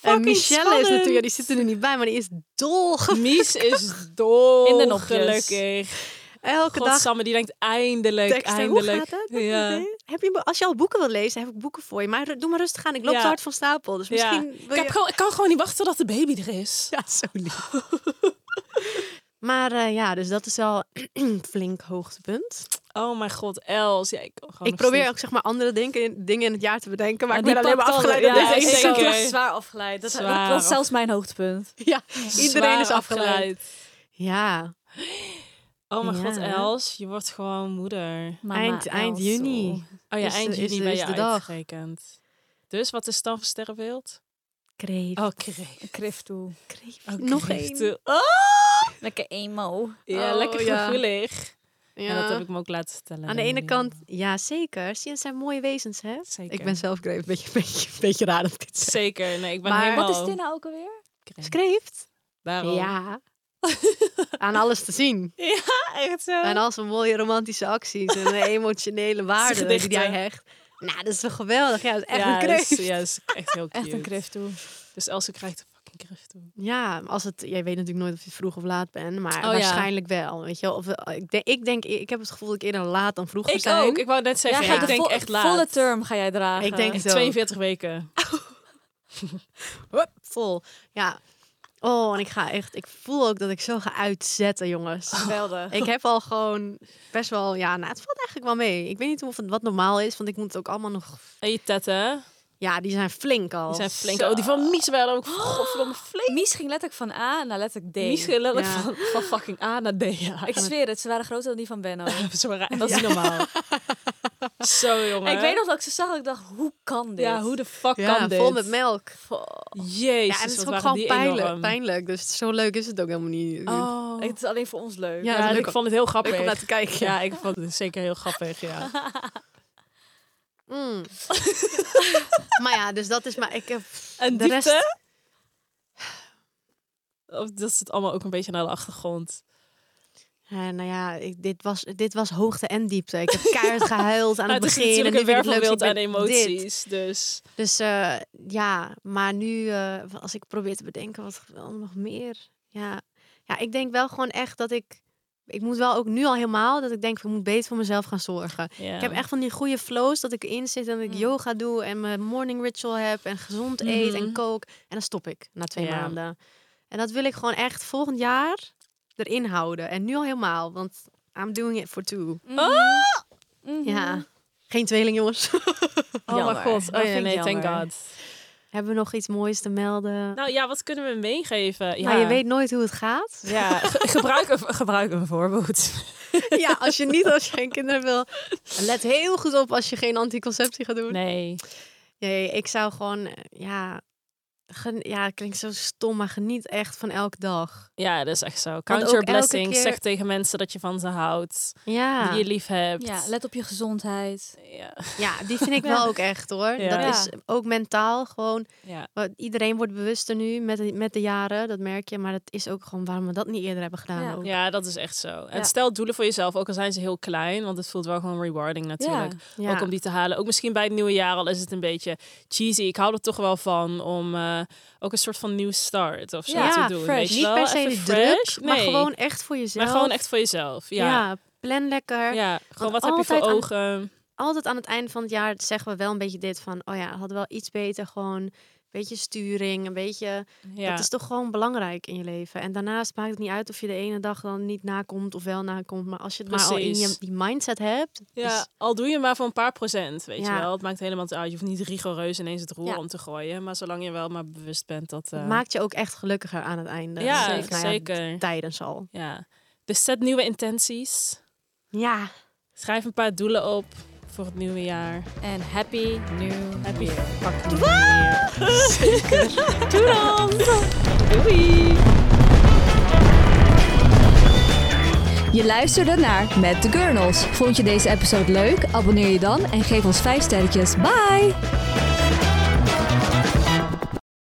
Speaker 4: en Michelle is natuurlijk, die zit er nu niet bij, maar die is dol.
Speaker 3: Mies is dol.
Speaker 1: In de nopjes.
Speaker 3: Gelukkig.
Speaker 4: Elke dag
Speaker 3: Godsamme, die denkt eindelijk,
Speaker 4: teksten.
Speaker 3: eindelijk.
Speaker 4: Hoe gaat het?
Speaker 3: Ja.
Speaker 4: Heb je, als je al boeken wilt lezen, heb ik boeken voor je. Maar doe maar rustig aan, ik loop
Speaker 3: Ja.
Speaker 4: te hard van stapel. Dus
Speaker 3: Ja.
Speaker 4: misschien
Speaker 3: Ik,
Speaker 4: wil
Speaker 3: heb
Speaker 4: je...
Speaker 3: gewoon, ik kan gewoon niet wachten totdat de baby er is.
Speaker 4: Ja, zo lief. maar eh, ja, dus dat is wel een flink hoogtepunt.
Speaker 3: Oh mijn god, Els. Ja, ik kan gewoon
Speaker 4: ik
Speaker 3: nog
Speaker 4: probeer
Speaker 3: steeds-
Speaker 4: ook zeg maar andere denken, dingen in het jaar te bedenken, maar
Speaker 3: Ja,
Speaker 4: ik ben
Speaker 3: die
Speaker 4: alleen maar
Speaker 3: pakt
Speaker 4: afgeleid. Dus
Speaker 3: alle-
Speaker 4: door
Speaker 3: ja,
Speaker 4: deze
Speaker 3: ik
Speaker 4: ene
Speaker 1: ik
Speaker 3: zeker.
Speaker 1: was
Speaker 4: keer.
Speaker 1: echt zwaar afgeleid. Dat,
Speaker 3: Zwaar
Speaker 1: dat was zelfs mijn hoogtepunt.
Speaker 4: Ja, iedereen is
Speaker 3: Zwaar
Speaker 4: afgeleid. Ja,
Speaker 3: Oh mijn
Speaker 4: Ja.
Speaker 3: god, Els. Je wordt gewoon moeder.
Speaker 1: Mama
Speaker 4: eind, eind
Speaker 1: Elso.
Speaker 4: juni.
Speaker 3: Oh ja,
Speaker 4: Is-
Speaker 3: eind
Speaker 4: is-
Speaker 3: juni
Speaker 4: is
Speaker 3: ben je
Speaker 4: de dag.
Speaker 3: uitgerekend. Dus wat is dan voor sterrenbeeld?
Speaker 4: Kreef.
Speaker 3: Oh, kreeg.
Speaker 1: Een Krif toe.
Speaker 4: kreef.
Speaker 3: Oh,
Speaker 4: Nog
Speaker 3: kreeft.
Speaker 4: één.
Speaker 3: Oh,
Speaker 1: Lekker emo.
Speaker 3: ja,
Speaker 4: Oh,
Speaker 3: lekker
Speaker 4: ja.
Speaker 3: gevoelig.
Speaker 4: Ja.
Speaker 3: En dat heb ik me ook laten vertellen.
Speaker 4: Aan de
Speaker 3: door
Speaker 4: ene
Speaker 3: Maria.
Speaker 4: kant, ja zeker. Zie je, het zijn mooie wezens, hè?
Speaker 3: Zeker.
Speaker 4: Ik ben zelf kreeft. Een beetje, beetje, beetje raar dat ik dit zeg.
Speaker 3: Zeker, nee, ik ben
Speaker 4: Maar-
Speaker 3: helemaal...
Speaker 1: Wat is dit nou ook alweer?
Speaker 3: Kreeft.
Speaker 4: Kreeft?
Speaker 3: Daarom.
Speaker 4: Ja. Aan alles te zien.
Speaker 3: echt zo.
Speaker 4: Aan al zijn mooie romantische acties en de emotionele waarden die
Speaker 3: gedichten.
Speaker 4: jij hecht. Nou, dat is toch geweldig? Ja, dat is echt
Speaker 3: ja,
Speaker 4: een
Speaker 3: dat
Speaker 4: kreeft.
Speaker 3: is- ja, dat is echt heel cute.
Speaker 1: Echt een Krif toe.
Speaker 3: Dus Elsa krijgt een fucking kreeft toe.
Speaker 4: Ja, als het, jij weet natuurlijk nooit of je vroeg of laat bent, maar
Speaker 3: Oh, ja.
Speaker 4: waarschijnlijk wel. Weet je wel? Of, eh, ik, denk, ik denk, ik heb het gevoel dat ik eerder laat dan vroeg
Speaker 3: Ik
Speaker 4: zijn.
Speaker 3: ook, ik wou net zeggen,
Speaker 4: Ja,
Speaker 3: ik
Speaker 4: de
Speaker 3: denk
Speaker 1: vo-
Speaker 3: echt laat.
Speaker 1: Volle term ga jij dragen.
Speaker 4: Ik denk
Speaker 3: Echt
Speaker 4: zo.
Speaker 3: 42 weken.
Speaker 4: Hup, vol. Ja. Oh, en ik ga echt, ik voel ook dat ik zo ga uitzetten, jongens.
Speaker 3: Oh.
Speaker 1: Geweldig.
Speaker 4: Ik heb al gewoon best wel, ja, nou, het valt eigenlijk wel mee. Ik weet niet of het wat normaal is, want ik moet het ook allemaal nog.
Speaker 3: En je tetten,
Speaker 4: Ja, die zijn flink al.
Speaker 3: die zijn flink. Oh, die van Mies wel ook. Godverdomme flink.
Speaker 1: Mies ging letterlijk van A naar letterlijk D.
Speaker 3: Mies ging letterlijk
Speaker 4: Ja.
Speaker 3: van, van fucking A naar D. Ja.
Speaker 1: Ik zweer het, ze waren groter dan die van Benno.
Speaker 3: Zo raar. Dat is niet normaal. Zo, jongen.
Speaker 1: ik weet nog dat ik ze zag en ik dacht, hoe kan dit?
Speaker 3: Ja, hoe de fuck
Speaker 4: Ja,
Speaker 3: kan dit?
Speaker 4: vol met melk.
Speaker 1: Oh.
Speaker 3: Jezus,
Speaker 4: Ja, en het is
Speaker 3: wat
Speaker 4: ook
Speaker 3: waren
Speaker 4: gewoon
Speaker 3: die
Speaker 4: pijnlijk,
Speaker 3: enorm.
Speaker 4: pijnlijk. Dus zo leuk is het ook helemaal niet.
Speaker 3: Oh.
Speaker 1: Het is alleen voor ons leuk.
Speaker 4: Ja,
Speaker 3: Ja, dus
Speaker 4: leuk
Speaker 3: ik
Speaker 4: om-
Speaker 3: vond het heel grappig.
Speaker 4: leuk om naar te kijken.
Speaker 3: Ja, ik vond het zeker heel grappig, ja.
Speaker 4: Mm. maar ja, dus dat is maar. Ik heb
Speaker 3: En
Speaker 4: de
Speaker 3: diepte?
Speaker 4: rest.
Speaker 3: Of dat zit allemaal ook een beetje naar de achtergrond.
Speaker 4: Ja, nou ja, ik- dit, was, dit was hoogte en diepte. Ik heb keihard gehuild aan
Speaker 3: Maar Nou, het
Speaker 4: het
Speaker 3: is
Speaker 4: begin. En
Speaker 3: natuurlijk
Speaker 4: nu
Speaker 3: een
Speaker 4: weer het leukste. Ik
Speaker 3: wervelwild aan
Speaker 4: ben dit.
Speaker 3: emoties. Dus
Speaker 4: Dus eh, ja, maar nu, eh, als ik probeer te bedenken, wat wel nog meer? Ja. ja, ik denk wel gewoon echt dat ik... Ik moet wel ook nu al helemaal, dat ik denk, ik moet beter voor mezelf gaan zorgen.
Speaker 3: ja.
Speaker 4: Ik heb echt van die goede flows dat ik erin zit en dat ik
Speaker 1: Mm.
Speaker 4: yoga doe en mijn morning ritual heb en gezond eet en
Speaker 3: Mhm.
Speaker 4: kook. En dan stop ik na twee
Speaker 3: Ja.
Speaker 4: maanden. En dat wil ik gewoon echt volgend jaar erin houden. En nu al helemaal, want I'm doing it for two.
Speaker 1: Mhm. Mhm.
Speaker 4: Ja, geen tweeling jongens.
Speaker 3: Oh mijn
Speaker 1: Jammer.
Speaker 3: god.
Speaker 1: Dat
Speaker 3: Oh ja,
Speaker 1: vind ik
Speaker 3: nee, thank
Speaker 1: jammer.
Speaker 3: god.
Speaker 4: Hebben we nog iets moois te melden?
Speaker 3: Nou ja, wat kunnen we hem meegeven? Ja,
Speaker 4: Maar Nou, je weet nooit hoe het gaat.
Speaker 3: Ja, ge- gebruik, een, gebruik een voorbeeld.
Speaker 4: ja, als je niet als je kinderen wil. Let heel goed op als je geen anticonceptie gaat doen.
Speaker 3: Nee.
Speaker 4: Nee, ik zou gewoon, eh, ja, gen- ja, het klinkt zo stom, maar geniet echt van elke dag.
Speaker 3: Ja, dat is echt zo.
Speaker 4: ook
Speaker 3: Count your
Speaker 4: elke
Speaker 3: blessings.
Speaker 4: keer-
Speaker 3: Zeg tegen mensen dat je van ze houdt.
Speaker 4: Ja,
Speaker 3: Die je lief hebt.
Speaker 1: Ja, let op je gezondheid.
Speaker 3: ja.
Speaker 4: ja die vind ik
Speaker 1: Ja.
Speaker 4: wel ook echt hoor.
Speaker 3: Ja.
Speaker 4: Dat
Speaker 3: Ja.
Speaker 4: is ook mentaal gewoon.
Speaker 3: Ja.
Speaker 4: wa- Iedereen wordt bewuster nu met de, met de jaren, dat merk je. Maar dat is ook gewoon waarom we dat niet eerder hebben gedaan.
Speaker 1: Ja.
Speaker 4: ook.
Speaker 3: Ja, dat is echt zo. En
Speaker 1: Ja.
Speaker 3: stel doelen voor jezelf, ook al zijn ze heel klein. Want het voelt wel gewoon rewarding natuurlijk.
Speaker 4: Ja.
Speaker 3: Ook om die te halen. Ook misschien bij het nieuwe jaar, al is het een beetje cheesy. Ik hou er toch wel van om eh, ook een soort van nieuw start of zo
Speaker 4: Ja,
Speaker 3: te doen.
Speaker 1: fresh.
Speaker 3: Weet je
Speaker 4: Niet
Speaker 3: wel?
Speaker 4: per se
Speaker 3: Even
Speaker 4: de
Speaker 3: fresh.
Speaker 4: druk, maar
Speaker 3: Nee.
Speaker 4: gewoon echt voor jezelf.
Speaker 3: Maar gewoon echt voor jezelf. Ja, ja.
Speaker 4: Ja, plan lekker.
Speaker 3: gewoon
Speaker 4: Want
Speaker 3: wat heb je voor
Speaker 4: altijd aan-
Speaker 3: ogen.
Speaker 4: altijd aan het eind van het jaar zeggen we wel een beetje dit van, oh ja, we hadden wel iets beter gewoon een beetje sturing, een beetje.
Speaker 3: Ja.
Speaker 4: Dat is toch gewoon belangrijk in je leven. En daarnaast maakt het niet uit of je de ene dag dan niet nakomt of wel nakomt, maar als je het maar al in
Speaker 3: Precies.
Speaker 4: je die mindset hebt,
Speaker 3: Ja,
Speaker 4: is-
Speaker 3: al doe je maar voor een paar procent, weet
Speaker 4: Ja.
Speaker 3: je wel. Het maakt helemaal niet uit. Je hoeft niet rigoureus ineens het roer
Speaker 4: Ja.
Speaker 3: om te gooien. Maar zolang je wel maar bewust bent dat... eh,
Speaker 4: het maakt je ook echt gelukkiger aan het einde.
Speaker 3: ja,
Speaker 4: Nou
Speaker 3: zeker.
Speaker 4: ja,
Speaker 3: zeker.
Speaker 4: Tijdens al.
Speaker 3: Ja. Dus zet nieuwe intenties.
Speaker 4: Ja.
Speaker 3: Schrijf een paar doelen op voor het nieuwe jaar.
Speaker 1: En happy new
Speaker 3: Happy
Speaker 1: year.
Speaker 3: fucking New Year. Doe dan! Doei!
Speaker 5: Je luisterde naar Met de Gurnels. Vond je deze episode leuk? Abonneer je dan en geef ons 5 sterretjes. Bye!